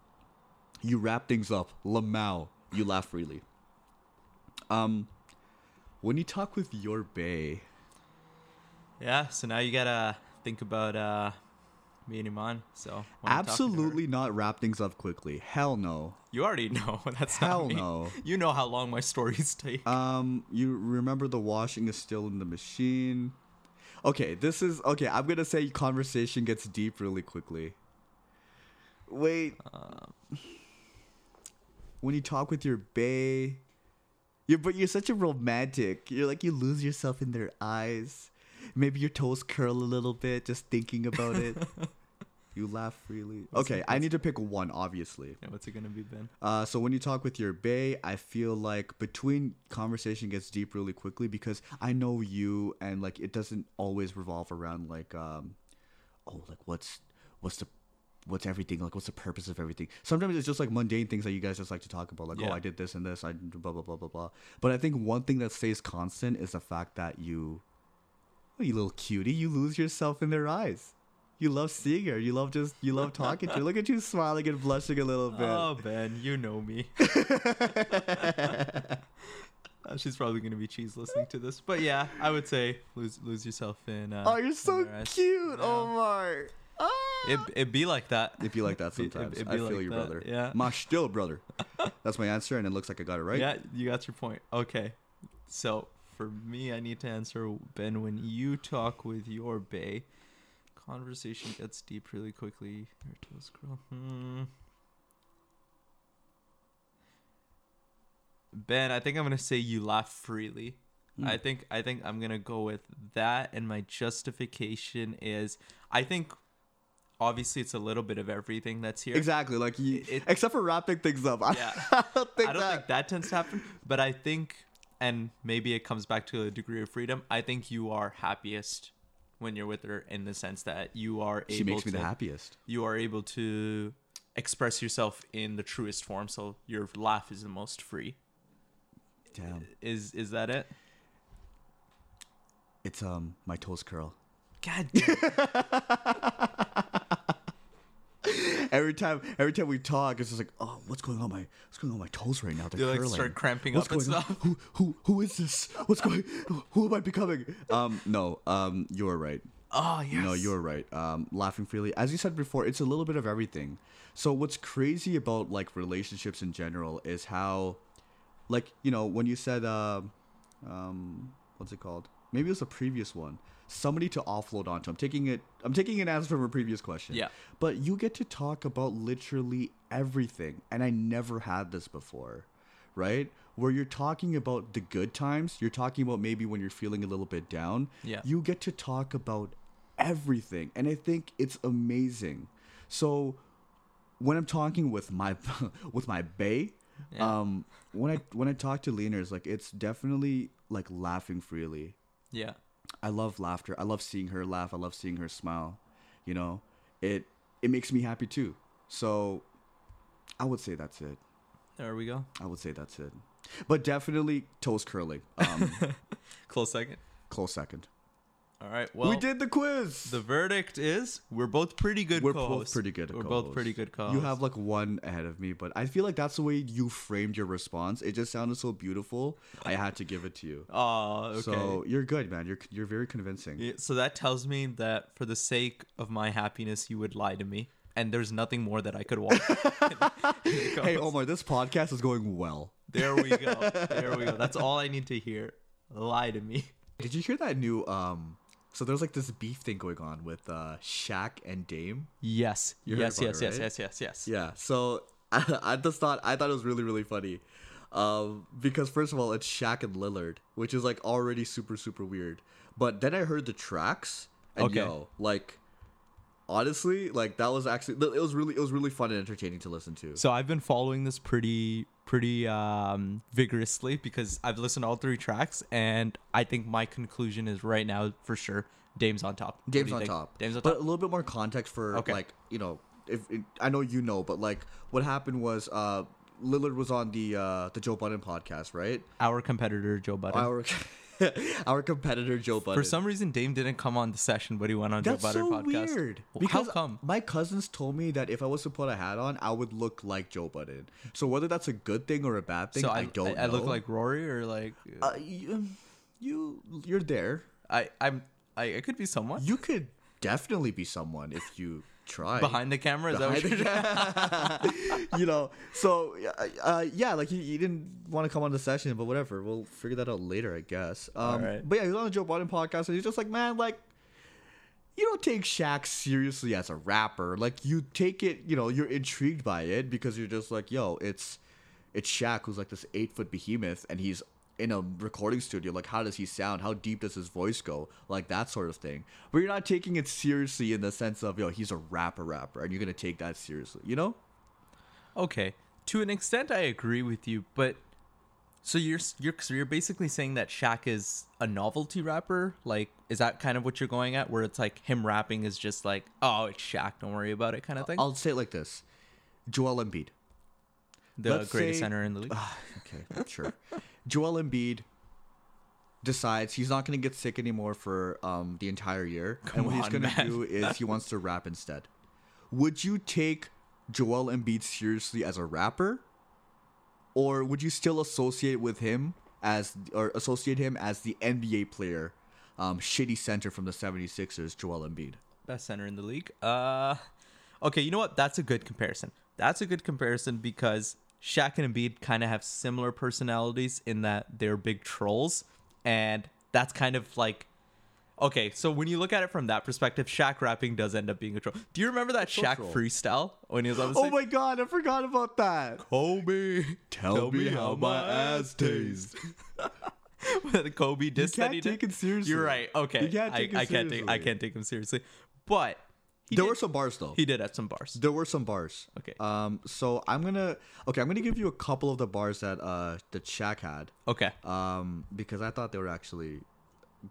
S2: you wrap things up lamau you laugh freely um when you talk with your bay
S1: yeah, so now you gotta think about uh, me and Iman. So when I'm talking to her-
S2: Absolutely not wrap things up quickly. Hell no.
S1: you already know that's not
S2: Hell
S1: me.
S2: no.
S1: You know how long my stories take.
S2: Um, you remember the washing is still in the machine. Okay, this is okay. I'm gonna say conversation gets deep really quickly. Wait. when you talk with your bae, you're but you're such a romantic. You're like you lose yourself in their eyes. Maybe your toes curl a little bit just thinking about it. you laugh freely. Okay, I need to pick one, obviously.
S1: Yeah, what's it gonna be, Ben?
S2: Uh, so when you talk with your bae, I feel like between conversation gets deep really quickly because I know you and like it doesn't always revolve around like um oh like what's what's the what's everything like what's the purpose of everything. Sometimes it's just like mundane things that you guys just like to talk about like
S1: Yeah.
S2: oh I did this and this I did blah blah blah blah blah. But I think one thing that stays constant is the fact that you Oh, you little cutie, you lose yourself in their eyes. You love seeing her. You love just you love talking to her. Look at you smiling and blushing a little bit.
S1: Oh, Ben, you know me. Uh, She's probably gonna be cheese listening to this, but yeah, I would say lose lose yourself in. Uh,
S2: Oh, Ah. you're
S1: in
S2: so
S1: their eyes.
S2: cute,
S1: Yeah.
S2: Omar.
S1: It it be like that.
S2: If you like that
S1: It'd be-
S2: sometimes,
S1: it'd
S2: I
S1: be
S2: feel
S1: like
S2: you,
S1: that,
S2: brother.
S1: yeah.
S2: my still brother. That's my answer, and it looks like I got it right.
S1: Yeah, you got your point. Okay. So for me, I need to answer Ben when you talk with your bay. Conversation gets deep really quickly. Or to a scroll. Hmm. Ben, I think I'm gonna say you laugh freely. I think I think I'm gonna go with that, and my justification is I think obviously it's a little bit of everything that's here.
S2: Exactly, like you,
S1: It- it-
S2: except for wrapping things up. I,
S1: Yeah.
S2: don't think
S1: I don't
S2: that.
S1: think that tends to happen, but I think, and maybe it comes back to a degree of freedom. I think you are happiest when you're with her in the sense that you are
S2: she
S1: able
S2: makes me
S1: to
S2: the happiest.
S1: you are able to express yourself in the truest form. So your laugh is the most free.
S2: Damn,
S1: Is is that it?
S2: it's um my toes curl.
S1: God, damn.
S2: Every time, every time we talk, it's just like, oh, what's going on my, what's going on my toes right now? They're
S1: They, like,
S2: curling.
S1: start cramping
S2: what's
S1: up and
S2: going on?
S1: stuff.
S2: Who, who, who is this? What's going? Who am I becoming? Um, no, um, you're right.
S1: oh yes.
S2: No, you're right. Um, laughing freely, as you said before, it's a little bit of everything. So what's crazy about like relationships in general is how, like you know, when you said, um um, what's it called? Maybe it was a previous one. Somebody to offload onto. I'm taking it. I'm taking an answer from a previous question.
S1: Yeah.
S2: But you get to talk about literally everything, and I never had this before, right? Where you're talking about the good times, you're talking about maybe when you're feeling a little bit down.
S1: Yeah.
S2: You get to talk about everything, and I think it's amazing. So when I'm talking with my with my bae,
S1: Yeah.
S2: um, when I when I talk to leaners, like it's definitely like laughing freely.
S1: yeah.
S2: I love laughter. I love seeing her laugh. I love seeing her smile. You know, it it makes me happy too. So, I would say that's it.
S1: There we go.
S2: I would say that's it. But definitely toes curling. Um,
S1: Close second.
S2: close second.
S1: All right. Well,
S2: we did the quiz.
S1: The verdict is we're both pretty good.
S2: We're
S1: co-hosts.
S2: both pretty good.
S1: We're
S2: co-hosts.
S1: both pretty good. co
S2: You have like one ahead of me, but I feel like that's the way you framed your response. It just sounded so beautiful. I had to give it to you.
S1: Oh, okay.
S2: So you're good, man. You're you're very convincing.
S1: Yeah, so that tells me that for the sake of my happiness, you would lie to me, and there's nothing more that I could want.
S2: Hey Omar, this podcast is going well.
S1: there we go. There we go. That's all I need to hear. Lie to me.
S2: Did you hear that new um? So there's like this beef thing going on with uh Shaq and Dame.
S1: Yes.
S2: You heard
S1: yes.
S2: about
S1: Yes.
S2: it,
S1: Yes.
S2: right?
S1: Yes. Yes. Yes.
S2: Yeah. So I, I just thought I thought it was really really funny, um, because first of all it's Shaq and Lillard, which is like already super super weird. But then I heard the tracks, and
S1: Okay.
S2: yo, like honestly, like that was actually it was really it was really fun and entertaining to listen to.
S1: So I've been following this pretty pretty um vigorously because I've listened to all three tracks and I think my conclusion is right now for sure Dame's on top. What do
S2: Dame's
S1: you
S2: on
S1: think?
S2: top.
S1: Dame's on
S2: but
S1: top.
S2: a little bit more context for
S1: Okay.
S2: like you know if I know you know, but like what happened was uh Lillard was on the uh the Joe Budden podcast, right?
S1: Our competitor Joe Budden.
S2: Our our competitor Joe Budden.
S1: For some reason, Dame didn't come on the session, but he went on
S2: That's
S1: Joe Butter
S2: so
S1: podcast.
S2: weird.
S1: Well,
S2: Because
S1: How come?
S2: My cousins told me that if I was to put a hat on, I would look like Joe Budden. So whether that's a good thing or a bad thing,
S1: So
S2: I,
S1: I,
S2: don't.
S1: I, I look
S2: know.
S1: like Rory, or like
S2: uh, you, you. You're there.
S1: I, I'm. I, I could be someone
S2: You could definitely be someone if you try.
S1: behind the camera. Is that what you're
S2: you know. So uh, uh, yeah, like you, you didn't want to come on the session, but whatever. We'll figure that out later, I guess. Um,
S1: right.
S2: But yeah, he was on the Joe Budden podcast, and he's just like, man, like. You don't take Shaq seriously as a rapper. Like you take it, you know, you're intrigued by it because you're just like, yo, it's it's Shaq who's like this eight foot behemoth and he's in a recording studio. Like how does he sound? How deep does his voice go? Like that sort of thing. But you're not taking it seriously in the sense of, yo, he's a rapper rapper and you're gonna take that seriously, you know?
S1: okay, to an extent, I agree with you, but so you're s- you're so you're basically saying that Shaq is a novelty rapper. Like, is that kind of what you're going at? Where it's like him rapping is just like, oh, it's Shaq. Don't worry about it, kind of thing.
S2: Uh, I'll say it like this: Joel Embiid.
S1: the
S2: let's
S1: greatest
S2: say-
S1: center in the league.
S2: Okay, sure. Joel Embiid decides he's not going to get sick anymore for um, the entire year,
S1: Come
S2: and what he's
S1: on,
S2: going to
S1: man.
S2: do is he wants to rap instead. Would you take Joel Embiid seriously as a rapper, or would you still associate with him as or associate him as the NBA player, um, shitty center from the 76ers, Joel Embiid?
S1: best center in the league. Uh, okay, you know what? That's a good comparison. That's a good comparison because Shaq and Embiid kind of have similar personalities in that they're big trolls, and that's kind of like. Okay, so when you look at it from that perspective, Shaq rapping does end up being a troll. Do you remember that
S2: So
S1: Shaq
S2: troll.
S1: freestyle when he was on the
S2: Oh
S1: stage?
S2: my god, I forgot about that.
S1: Kobe,
S2: Tell, me, how my ass tastes.
S1: the Kobe diss that
S2: can't
S1: he did.
S2: take it seriously.
S1: You're right. Okay,
S2: You can't
S1: I,
S2: take it
S1: I can't take I
S2: seriously.
S1: can't take him seriously, but he
S2: There
S1: did,
S2: were some bars though.
S1: he did at some bars.
S2: There were some bars.
S1: Okay.
S2: Um. So I'm gonna okay. I'm gonna give you a couple of the bars that uh that Shaq had.
S1: Okay,
S2: Um. Because I thought they were actually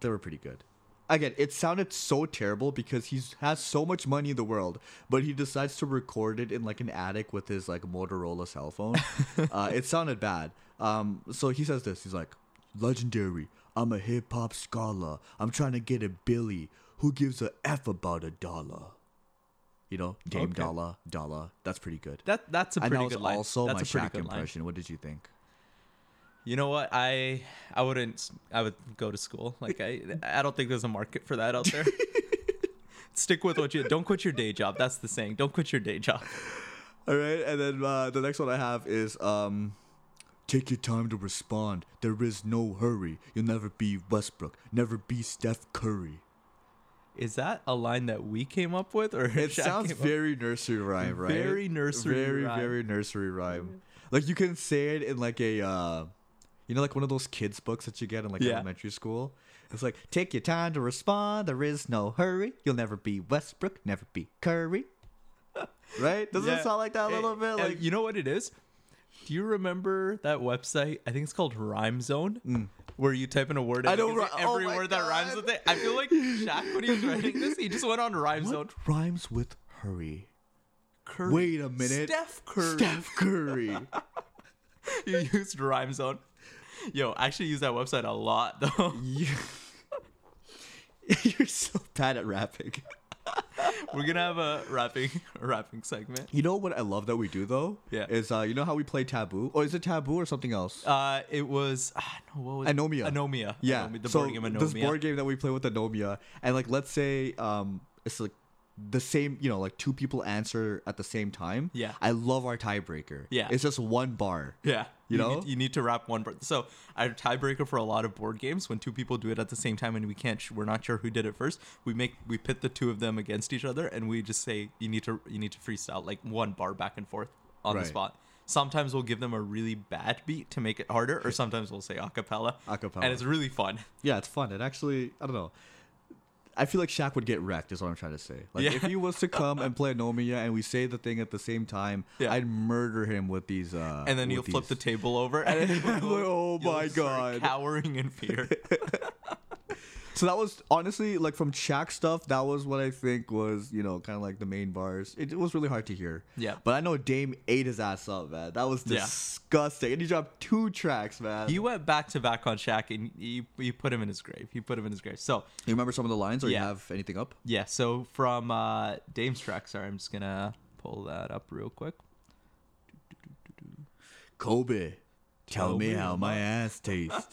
S2: they were pretty good. Again, it sounded so terrible because he has so much money in the world, but he decides to record it in like an attic with his like Motorola cell phone. uh, it sounded bad. Um. So he says this. He's like, legendary. I'm a hip hop scholar. I'm trying to get a Billy. Who gives a f about a dollar? You know, Dame
S1: Okay.
S2: Dollar, Dollar. That's pretty good.
S1: that that's a pretty
S2: and that was
S1: good line.
S2: also
S1: that's
S2: my
S1: a pretty
S2: Shaq
S1: good line.
S2: impression. What did you think?
S1: You know what? I I wouldn't. I would go to school. Like I I don't think there's a market for that out there. Stick with what you don't quit your day job. That's the saying. Don't quit your day job.
S2: All right, and then uh, the next one I have is um, take your time to respond. There is no hurry. You'll never be Westbrook. Never be Steph Curry.
S1: Is that a line that we came up with, or
S2: It
S1: Shaq
S2: sounds
S1: came up-
S2: very nursery rhyme, right?
S1: Very nursery
S2: Very
S1: rhyme.
S2: very nursery rhyme. Like you can say it in like a, uh, you know, like one of those kids books that you get in like
S1: Yeah.
S2: elementary school. It's like take your time to respond. There is no hurry. You'll never be Westbrook. Never be Curry. Right? Doesn't
S1: Yeah.
S2: it sound like that a little
S1: It-
S2: bit?
S1: and
S2: Like
S1: you know what it is? Do you remember that website? I think it's called Rhyme Zone, where you type in a word. And
S2: Hmm. I
S1: it
S2: don't
S1: gives you
S2: ri- oh
S1: every
S2: my
S1: word that rhymes
S2: God.
S1: with it. I feel like Shaq when he was writing this, he just went on Rhyme Zone.
S2: what rhymes with hurry?
S1: Curry.
S2: Wait a minute.
S1: Steph Curry.
S2: Steph Curry.
S1: You used Rhyme Zone. Yo, I actually use that website a lot though.
S2: you- You're so bad at rapping.
S1: We're gonna have a rapping a rapping segment.
S2: You know what I love that we do though?
S1: Yeah.
S2: Is uh you know how we play taboo? Or is it taboo or something else?
S1: Uh, it was ah, no, what was it?
S2: Anomia.
S1: Anomia.
S2: yeah.
S1: Anomi- the
S2: so
S1: board game Anomia.
S2: this board game that we play with Anomia and like let's say um it's like the same you know, like two people answer at the same time.
S1: Yeah.
S2: I love our tiebreaker.
S1: Yeah.
S2: It's just one bar.
S1: Yeah.
S2: You know?
S1: need, you need to wrap one. Bar- so our tiebreaker for a lot of board games, when two people do it at the same time and we can't, sh- we're not sure who did it first. We make we pit the two of them against each other, and we just say you need to you need to freestyle like one bar back and forth on
S2: Right.
S1: the spot. Sometimes we'll give them a really bad beat to make it harder, or sometimes we'll say acapella.
S2: Acapella.
S1: and it's really fun.
S2: Yeah, it's fun. It actually, I don't know. I feel like Shaq would get wrecked. Is what I'm trying to say. Like
S1: Yeah.
S2: if he was to come and play Anomia and we say the thing at the same time,
S1: Yeah.
S2: I'd murder him with these. Uh,
S1: And then
S2: with
S1: you'll flip the
S2: these-
S1: table over, and
S2: I'm like,
S1: you'll
S2: oh my
S1: start
S2: god!
S1: cowering in fear.
S2: so that was honestly like from Shaq stuff. That was what I think was you know kind of like the main bars. It, it was really hard to hear.
S1: Yeah.
S2: But I know Dame ate his ass up, man. That was
S1: Yeah.
S2: disgusting. And he dropped two tracks, man.
S1: You went back to back on Shaq, and you you put him in his grave. You put him in his grave. So
S2: you remember some of the lines, or you
S1: Yeah.
S2: have anything up?
S1: Yeah, so from uh, Dame's track, sorry, I'm just gonna pull that up real quick.
S2: Kobe, tell,
S1: Tell
S2: me
S1: me
S2: how
S1: how
S2: my ass tastes.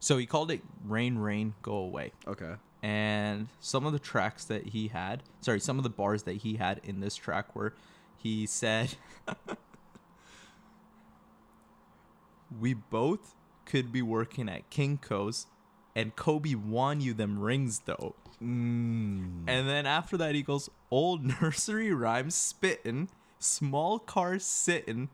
S1: So he called it Rain, Rain, Go Away.
S2: okay.
S1: And some of the tracks that he had, sorry, some of the bars that he had in this track were he said, We both could be working at Kinko's, and Kobe won you them rings though. And then after that, he goes, Old nursery rhymes spittin', small cars sittin',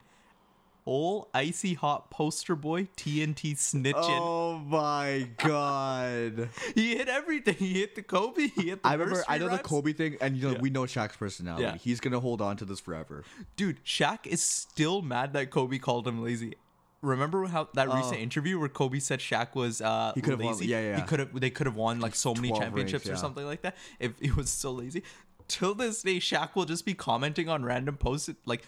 S1: old icy hot poster boy TNT snitching.
S2: Oh my god!
S1: He hit everything. He hit the Kobe. He hit the
S2: I remember. I
S1: nursery
S2: know the
S1: rhymes.
S2: Kobe thing, and you know
S1: Yeah.
S2: we know Shaq's personality.
S1: Yeah.
S2: He's gonna hold on to this forever.
S1: Dude, Shaq is still mad that Kobe called him lazy. Remember how that recent interview where Kobe said Shaq was uh, he
S2: Oh. could've
S1: lazy?
S2: won- yeah, yeah,
S1: He
S2: yeah.
S1: could have. They could have won like so many
S2: 12
S1: championships
S2: rings, yeah.
S1: or something like that if he was so lazy. Till this day, Shaq will just be commenting on random posts. Like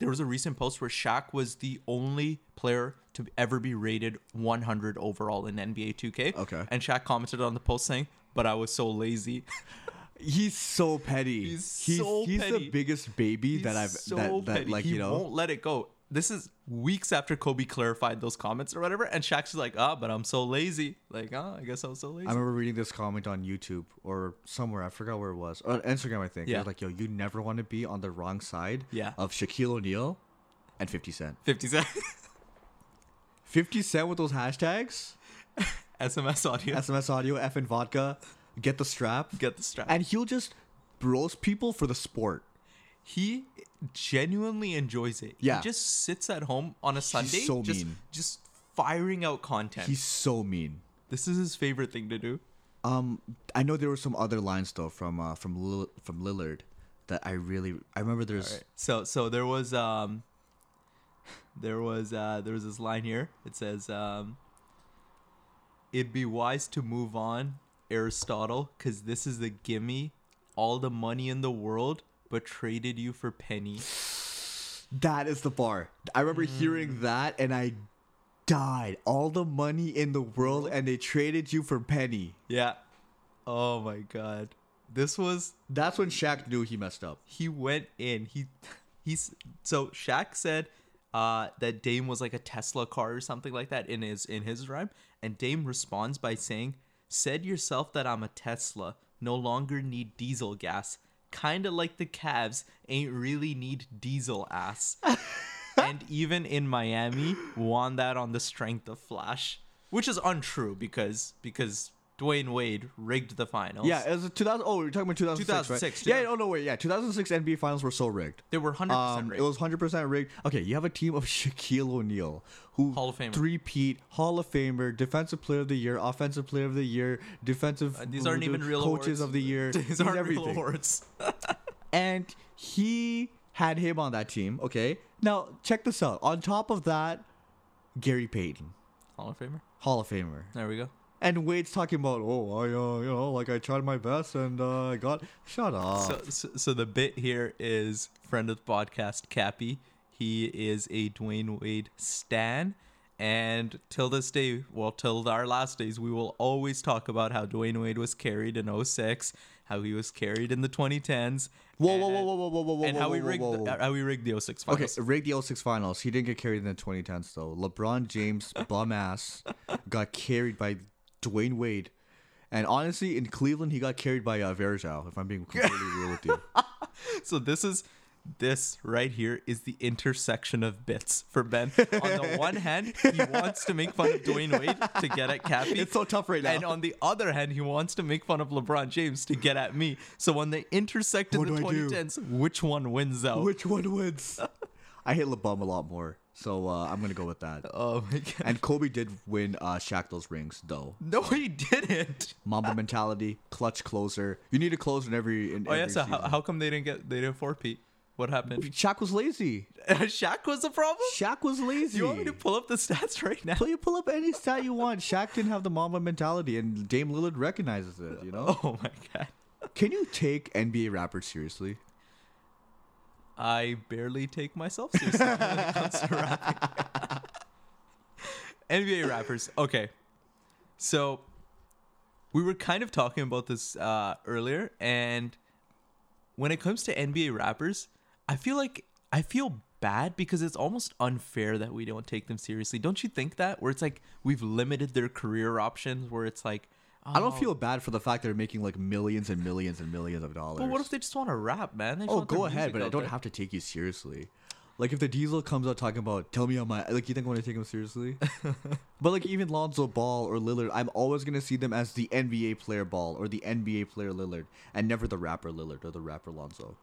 S1: there was a recent post where Shaq was the only player to ever be rated 100 overall in NBA 2K.
S2: Okay.
S1: and Shaq commented on the post saying, "But I was so lazy."
S2: He's so petty.
S1: He's so
S2: he's
S1: petty.
S2: the biggest baby that
S1: He's
S2: I've
S1: so
S2: that, that
S1: petty.
S2: like
S1: he
S2: you know.
S1: won't let it go. this is weeks after Kobe clarified those comments or whatever, and Shaq's just like, ah, but I'm so lazy. Like, ah, I guess I was so lazy.
S2: I remember reading this comment on YouTube or somewhere. I forgot where it was. On Instagram, I think. It
S1: Yeah.
S2: was like, yo, you never want to be on the wrong side
S1: Yeah.
S2: of Shaquille O'Neal and 50 Cent.
S1: 50 Cent,
S2: 50 Cent with those hashtags?
S1: SMS audio,
S2: SMS audio, F and vodka, get the strap.
S1: get the strap.
S2: And he'll just roast people for the sport.
S1: he genuinely enjoys it.
S2: Yeah.
S1: He just sits at home on a Sunday,
S2: so
S1: just
S2: mean.
S1: just firing out content.
S2: He's so mean.
S1: this is his favorite thing to do.
S2: Um, I know there were some other lines though from uh, from Lil- from Lillard that I really I remember. There's
S1: So so there was um there was uh there was this line here. It says um it'd be wise to move on, Aristotle, cuz this is the gimme, all the money in the world but traded you for penny.
S2: that is the bar. I remember hearing that and I died. All the money in the world and they traded you for penny.
S1: Yeah. Oh my god. This was
S2: That's when Shaq knew he messed up.
S1: he went in. He he's so Shaq said uh, that Dame was like a Tesla car or something like that in his in his rhyme, and Dame responds by saying, "Said yourself that I'm a Tesla. No longer need diesel gas. Kinda like the Cavs ain't really need diesel ass." and even in Miami, won that on the strength of Flash, which is untrue because because Dwayne Wade rigged the finals.
S2: Yeah, it was 2000. Oh, you're talking about 2006,
S1: 2006,
S2: right? Yeah.
S1: yeah.
S2: Oh no, wait. Yeah, 2006 NBA Finals were so rigged.
S1: they were hundred
S2: Um,
S1: percent right.
S2: it was 100% rigged. Okay, you have a team of Shaquille O'Neal, who
S1: Hall of Famer.
S2: three-peat Hall of Famer, Defensive Player of the Year, Offensive Player of the Year, Defensive
S1: Uh, These aren't even real
S2: coaches
S1: awards.
S2: of the year.
S1: These
S2: he's
S1: aren't
S2: everything.
S1: real awards.
S2: And he had him on that team. Okay, now check this out. On top of that, Gary Payton,
S1: Hall of Famer.
S2: Hall of Famer,
S1: There we go.
S2: and Wade's talking about, oh, I, uh, you know, like I tried my best and uh, I got. Shut up.
S1: So, so, so the bit here is friend of the podcast, Cappy. He is a Dwayne Wade stan, and till this day, well, till our last days, we will always talk about how Dwayne Wade was carried in 06, how he was carried in the 2010s.
S2: whoa,
S1: and,
S2: whoa, whoa, whoa, whoa, whoa, whoa, whoa,
S1: and how
S2: whoa,
S1: we
S2: whoa,
S1: rigged,
S2: whoa, whoa.
S1: The, uh, how we rigged the 06
S2: Okay,
S1: finals.
S2: rigged the 06 finals. He didn't get carried in the 2010s though. LeBron James bum ass got carried by Dwayne Wade, and honestly, in Cleveland he got carried by uh, Verjao. If I'm being completely real with you,
S1: So this is this right here is the intersection of bits for Ben. On the one hand, he wants to make fun of Dwayne Wade to get at Cappy.
S2: it's so tough right now.
S1: And on the other hand, he wants to make fun of LeBron James to get at me. So when they intersect in
S2: What
S1: the
S2: do I do?
S1: 2010s, which one wins out?
S2: Which one wins? I hate LeBum a lot more, so uh, I'm gonna go with that.
S1: oh my god.
S2: And Kobe did win uh, Shaq those rings though.
S1: No, he didn't.
S2: Mamba mentality, clutch closer. You need a closer in every. In
S1: Oh yeah,
S2: every
S1: so how,
S2: season.
S1: how come they didn't get they didn't four-peat? What happened?
S2: Shaq was lazy.
S1: Shaq was the problem?
S2: Shaq was
S1: Do
S2: lazy.
S1: you want me to pull up the stats right now?
S2: Pull you pull up any stat you want. Shaq didn't have the Mamba mentality, and Dame Lillard recognizes it. You know,
S1: Oh my god.
S2: can you take NBA rappers seriously?
S1: I barely take myself seriously when it comes to rapping. NBA rappers. Okay. So we were kind of talking about this uh, earlier, and when it comes to NBA rappers, I feel like I feel bad because it's almost unfair that we don't take them seriously. Don't you think that? Where it's like we've limited their career options, where it's like,
S2: I don't
S1: oh,
S2: feel bad for the fact that they're making like millions and millions and millions of dollars.
S1: But what if they just want to rap, man? They just
S2: oh,
S1: want their
S2: go ahead,
S1: music
S2: but I
S1: out
S2: don't
S1: there.
S2: have to take you seriously. Like if the Diesel comes out talking about, tell me on my like, you think I'm gonna take him seriously? but like even Lonzo Ball or Lillard, I'm always gonna see them as the NBA player Ball or the NBA player Lillard, and never the rapper Lillard or the rapper Lonzo.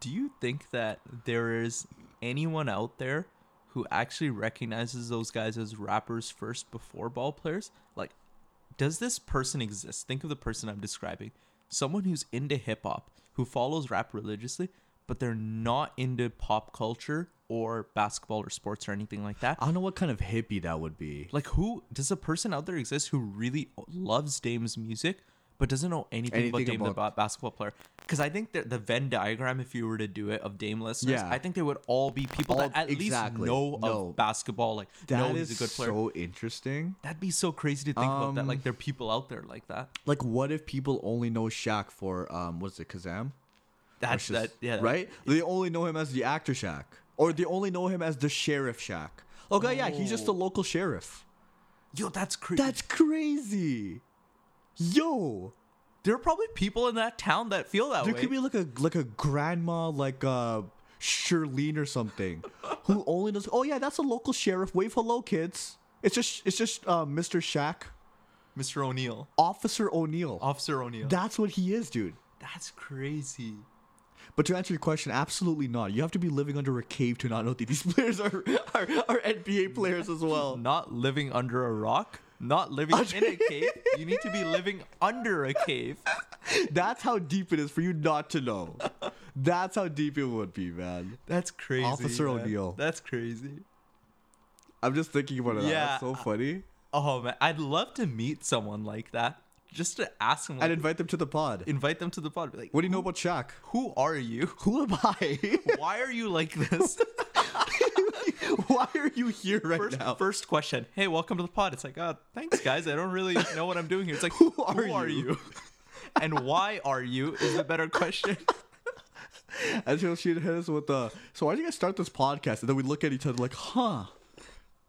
S1: Do you think that there is anyone out there who actually recognizes those guys as rappers first before ball players? Like, does this person exist? Think of the person I'm describing someone who's into hip hop, who follows rap religiously, but they're not into pop culture or basketball or sports or anything like that.
S2: I don't know what kind of hippie that would be.
S1: Like, who does a person out there exist who really loves Dame's music but doesn't know anything, about
S2: Anything
S1: Dame, the
S2: about-
S1: ba- basketball player? Because I think that the Venn diagram, if you were to do it of Dame listeners,
S2: Yeah.
S1: I think they would all be people
S2: All-
S1: that at
S2: exactly.
S1: least know
S2: No.
S1: of basketball. Like,
S2: That
S1: know
S2: is
S1: he's a good player.
S2: so interesting.
S1: That'd be so crazy to think about that.
S2: Um,
S1: Like, there are people out there like that.
S2: Like, what if people only know Shaq for um, what's it, Kazam?
S1: That's
S2: Which is-
S1: that. Yeah. that-
S2: right. They only know him as the actor Shaq, Or they only know him as the Sheriff Shaq. Okay, yeah, he's just the local sheriff.
S1: Yo, that's crazy.
S2: That's crazy. Yo,
S1: there are probably people in that town that feel that
S2: there
S1: way.
S2: could be like a like a grandma like uh Shirlene or something who only knows. Oh yeah, that's a local sheriff. Wave hello, kids. It's just it's just uh, Mr. Shaq,
S1: Mr. O'Neill,
S2: Officer O'Neill.
S1: Officer O'Neill.
S2: That's what he is, dude.
S1: that's crazy.
S2: But to answer your question, absolutely not. You have to be living under a cave to not know that these players are are, are NBA players as well.
S1: Not living under a rock. Not living in a cave. You need to be living under a cave.
S2: That's how deep it is for you not to know. That's how deep it would be, man.
S1: That's crazy.
S2: Officer
S1: man.
S2: O'Neill.
S1: That's crazy.
S2: I'm just thinking about it. now.
S1: Yeah,
S2: That's so funny.
S1: Oh man, I'd love to meet someone like that. Just to ask them, like,
S2: I'd invite them to the pod.
S1: invite them to the pod. Be like,
S2: What do you know about Shaq?
S1: who are you?
S2: Who am I?
S1: Why are you like this?
S2: Why are you here right
S1: First,
S2: now?
S1: first question. Hey, welcome to the pod. It's like, oh, thanks, guys. I don't really know what I'm doing here. It's like,
S2: Who are you?
S1: and why are you? Is the better question.
S2: And she'll she'd hit us with the so why did you guys start this podcast? And then we look at each other like, huh.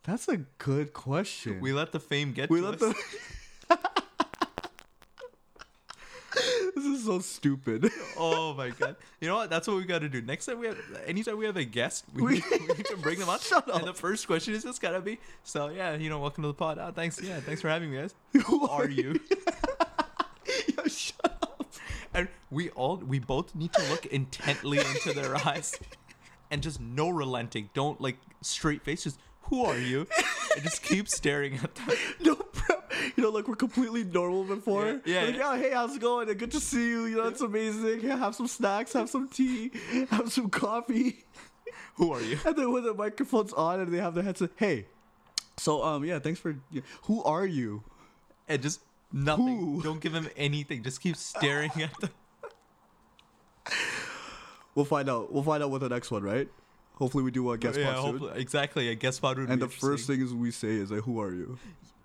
S2: That's a good question.
S1: We let the fame get
S2: We
S1: to
S2: let
S1: us.
S2: the. this is so stupid.
S1: Oh my god! You know what? That's what we got to do. Next time we have, anytime we have a guest, we,
S2: We-
S1: need, we need to bring them on.
S2: Shut
S1: and
S2: up.
S1: the first question is just gotta be, so yeah, you know, welcome to the pod. Ah, thanks, yeah, thanks for having me, guys. Who are you?
S2: Yo, shut up.
S1: and we all, we both need to look intently into their eyes, and just no relenting. Don't like straight faces. Who are you? And just keep staring at them.
S2: No prep. You know, like we're completely normal before.
S1: Yeah, yeah,
S2: Like,
S1: yeah.
S2: "Oh, hey, how's it going? Good to see you. You know, it's amazing. Yeah, Have some snacks, have some tea, have some coffee.
S1: Who are you?
S2: And then when the microphone's on and they have their headset, hey. So um yeah, thanks for. yeah, Who are you?
S1: And just nothing.
S2: Who?
S1: Don't give them anything. Just keep staring at them.
S2: We'll find out. We'll find out with the next one, right? Hopefully, we do a guest
S1: yeah,
S2: pod soon.
S1: hopefully, exactly. I guess pod would
S2: And
S1: be
S2: the first
S1: interesting.
S2: thing is we say is like, "Who are you?"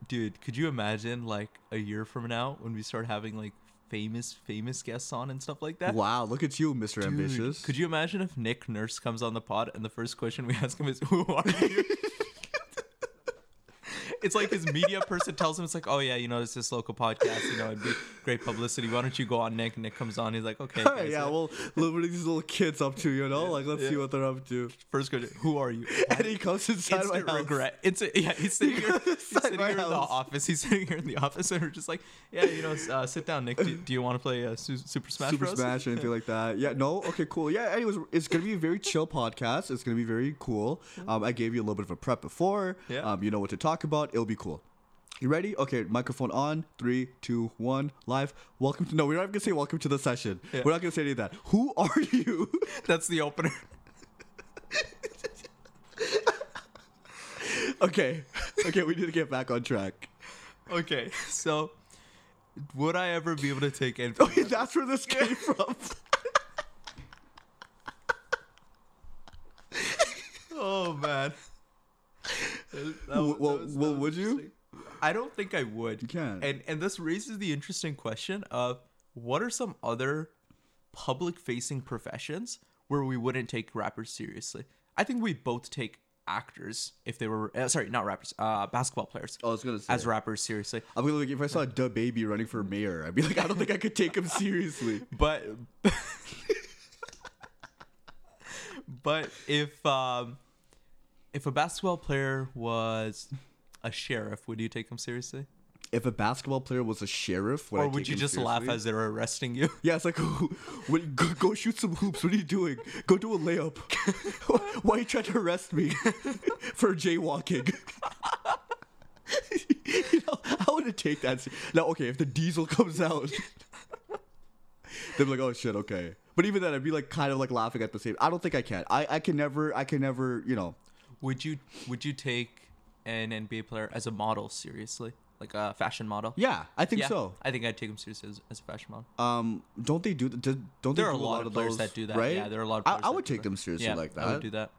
S1: dude could you imagine like a year from now when we start having like famous famous guests on and stuff like that
S2: Wow, look at you, Mr.
S1: Dude,
S2: Ambitious.
S1: could you imagine if nick nurse comes on the pod and the first question we ask him is who are you it's like his media person tells him it's like oh yeah you know it's this local podcast you know it'd be great publicity why don't you go on nick nick comes on he's like okay
S2: All right,
S1: guys,
S2: yeah, well, look what these little kids up to, you know? Like, let's see
S1: yeah.
S2: what they're up to.
S1: first question who are you
S2: And he comes inside my
S1: instant
S2: house.
S1: regret. It's a, yeah. He's sitting here. He's
S2: Inside
S1: sitting
S2: my
S1: here in the
S2: house.
S1: office. He's sitting here in the office, and we're just like, yeah, you know, s- uh, sit down, Nick. Do, do you want to play uh, Su- Super Smash
S2: Super
S1: Bros?
S2: Smash or anything like that. Yeah, no? Okay, cool. Yeah, anyways, it's going to be a very chill podcast. It's going to be very cool. Um, I gave you a little bit of a prep before.
S1: Mm-hmm. Yeah.
S2: Um, you know what to talk about. It'll be cool. You ready? Okay, microphone on. Three, two, one, live. Welcome to. No, we're not even going to say welcome to the session.
S1: Yeah.
S2: We're not going to say any of that. Who are you?
S1: That's the opener.
S2: okay. Okay, we need to get back on track.
S1: Okay, so would I ever be able to take anything?
S2: That's where this came from.
S1: oh man.
S2: Well, well, well, would you?
S1: I don't think I would. You
S2: can't.
S1: And and this raises the interesting question of what are some other public facing professions where we wouldn't take rappers seriously? I think we both take actors if they were uh, sorry, not rappers, uh basketball players
S2: Oh, I was gonna say.
S1: as rappers seriously.
S2: I'm gonna like if I saw a da baby running for mayor, I'd be like, I don't think I could take him seriously.
S1: But but if um if a basketball player was a sheriff, would you take him seriously?
S2: If a basketball player was a sheriff, would I
S1: or would
S2: take
S1: you
S2: him
S1: just laugh
S2: seriously?
S1: as they're arresting you?
S2: Yeah, it's like, what, go, go shoot some hoops. What are you doing? Go do a layup. Why are you trying to arrest me for jaywalking? you know, I wouldn't take that. se- Now, okay, if the diesel comes out, they'd be like, oh shit, okay. But even then, I'd be like, kind of like laughing at the same. I don't think I can. I, I can never. I can never. You know.
S1: Would you would you take an NBA player as a model seriously? Like a fashion model?
S2: Yeah, I think so.
S1: I think I'd take him seriously as, as a fashion model.
S2: Um, don't they do? th- do- Don't
S1: there
S2: they
S1: are a
S2: do
S1: lot, of players
S2: those,
S1: that do that.
S2: Right?
S1: Yeah, there are a lot of
S2: I-
S1: players
S2: I,
S1: that
S2: would
S1: do
S2: take
S1: that.
S2: them seriously
S1: Yeah,
S2: like that.
S1: I would do that.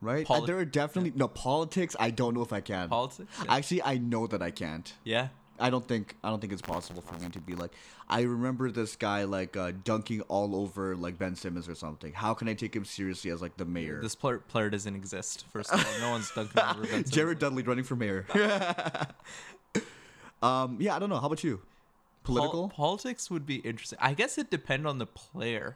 S2: right?
S1: Poli-
S2: Uh, there are definitely no politics. I don't know if I can.
S1: Politics? Yeah.
S2: Actually, I know that I can't.
S1: yeah.
S2: I don't think I don't think it's possible for him to be like I remember this guy like uh, dunking all over like Ben Simmons or something. How can I take him seriously as like the mayor?
S1: This player, player doesn't exist. First of all, no one's dunking over Ben Simmons.
S2: Jared Dudley running for mayor. um, yeah, I don't know. How about you?
S1: Pol-
S2: Political?
S1: politics would be interesting. I guess it depend on the player,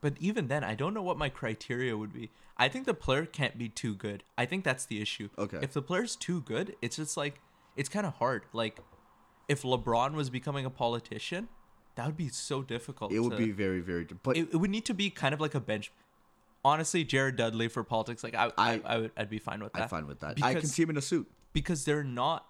S1: but even then, I don't know what my criteria would be. I think the player can't be too good. I think that's the issue.
S2: Okay.
S1: If the player's too good, it's just like it's kind of hard. Like if LeBron was becoming a politician, that would be so difficult.
S2: it would
S1: to-
S2: be very very. But
S1: It, it would need to be kind of like a bench. Honestly, Jared Dudley for politics, like I, I,
S2: I-
S1: I, would, I'd be fine with that.
S2: I'm fine with that. I can
S1: Because-
S2: see him in a suit.
S1: because they're not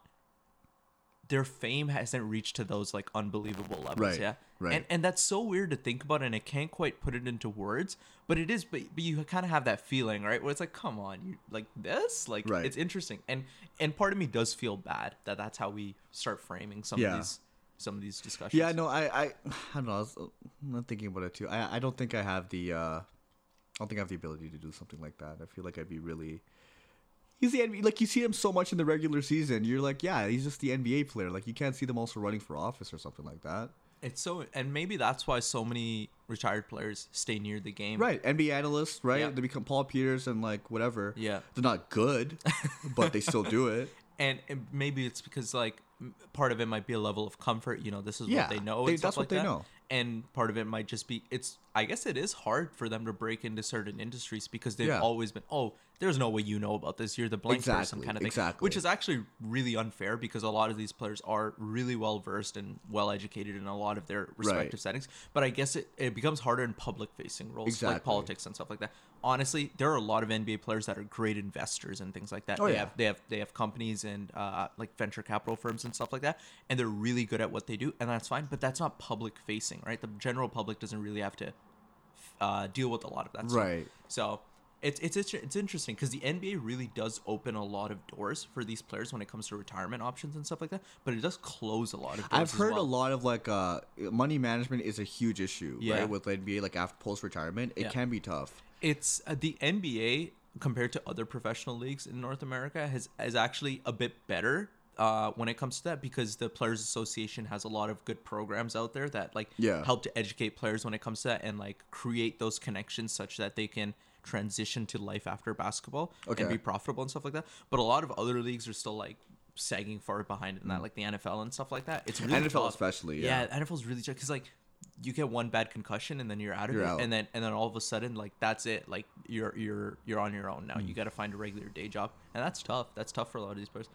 S1: their fame hasn't reached to those like unbelievable levels
S2: Right,
S1: yeah
S2: right.
S1: and and that's so weird to think about and i can't quite put it into words but it is but, but you kind of have that feeling right where it's like come on you like this like
S2: Right.
S1: it's interesting and and part of me does feel bad that that's how we start framing some
S2: Yeah.
S1: of these some of these discussions
S2: Yeah, no, I, I, I don't know. I was, I'm not thinking about it too. I, I don't think I have the, uh, I don't think I have the ability to do something like that. I feel like I'd be really. He's the NBA, like you see him so much in the regular season. You're like, yeah, he's just the NBA player. Like you can't see them also running for office or something like that.
S1: it's so and maybe that's why so many retired players stay near the game
S2: Right, NBA analysts, right?
S1: Yeah.
S2: They become Paul Peters and like whatever.
S1: Yeah.
S2: they're not good, but they still do it.
S1: and, and maybe it's because like m- part of it might be a level of comfort you know this is
S2: Yeah,
S1: what they know
S2: they-
S1: and stuff
S2: that's what
S1: like
S2: they
S1: that.
S2: know.
S1: and part of it might just be it's i guess it is hard for them to break into certain industries because they've
S2: Yeah.
S1: always been oh there's no way you know about this you're the blank person
S2: Exactly,
S1: kind of thing
S2: exactly.
S1: which is actually really unfair because a lot of these players are really well versed and well educated in a lot of their respective settings but i guess it, it becomes harder in public facing roles
S2: Exactly.
S1: like politics and stuff like that honestly there are a lot of nba players that are great investors and things like that
S2: Oh,
S1: they
S2: yeah.
S1: have they have they have companies and uh, like venture capital firms and stuff like that and they're really good at what they do and that's fine but that's not public facing right the general public doesn't really have to uh, deal with a lot of that stuff.
S2: Right.
S1: so it's it's it's, it's interesting because the nba really does open a lot of doors for these players when it comes to retirement options and stuff like that but it does close a lot of doors
S2: I've
S1: as
S2: heard
S1: well.
S2: a lot of like uh, money management is a huge issue,
S1: Yeah.
S2: right? With NBA, like after post retirement, it
S1: Yeah.
S2: can be tough.
S1: it's uh, the NBA compared to other professional leagues in North America has is actually a bit better uh, when it comes to that because the Players Association has a lot of good programs out there that like
S2: Yeah.
S1: help to educate players when it comes to that and like create those connections such that they can transition to life after basketball
S2: Okay.
S1: and be profitable and stuff like that. But a lot of other leagues are still like sagging far behind
S2: Mm.
S1: in that, like the NFL and stuff like that. It's really
S2: NFL
S1: tough.
S2: especially,
S1: yeah NFL's really tough because like you get one bad concussion and then you're out of
S2: You're
S1: it,
S2: out.
S1: and then and then all of a sudden like that's it, like you're you're you're on your own now. You got to find a regular day job, and that's tough. That's tough for a lot of these players.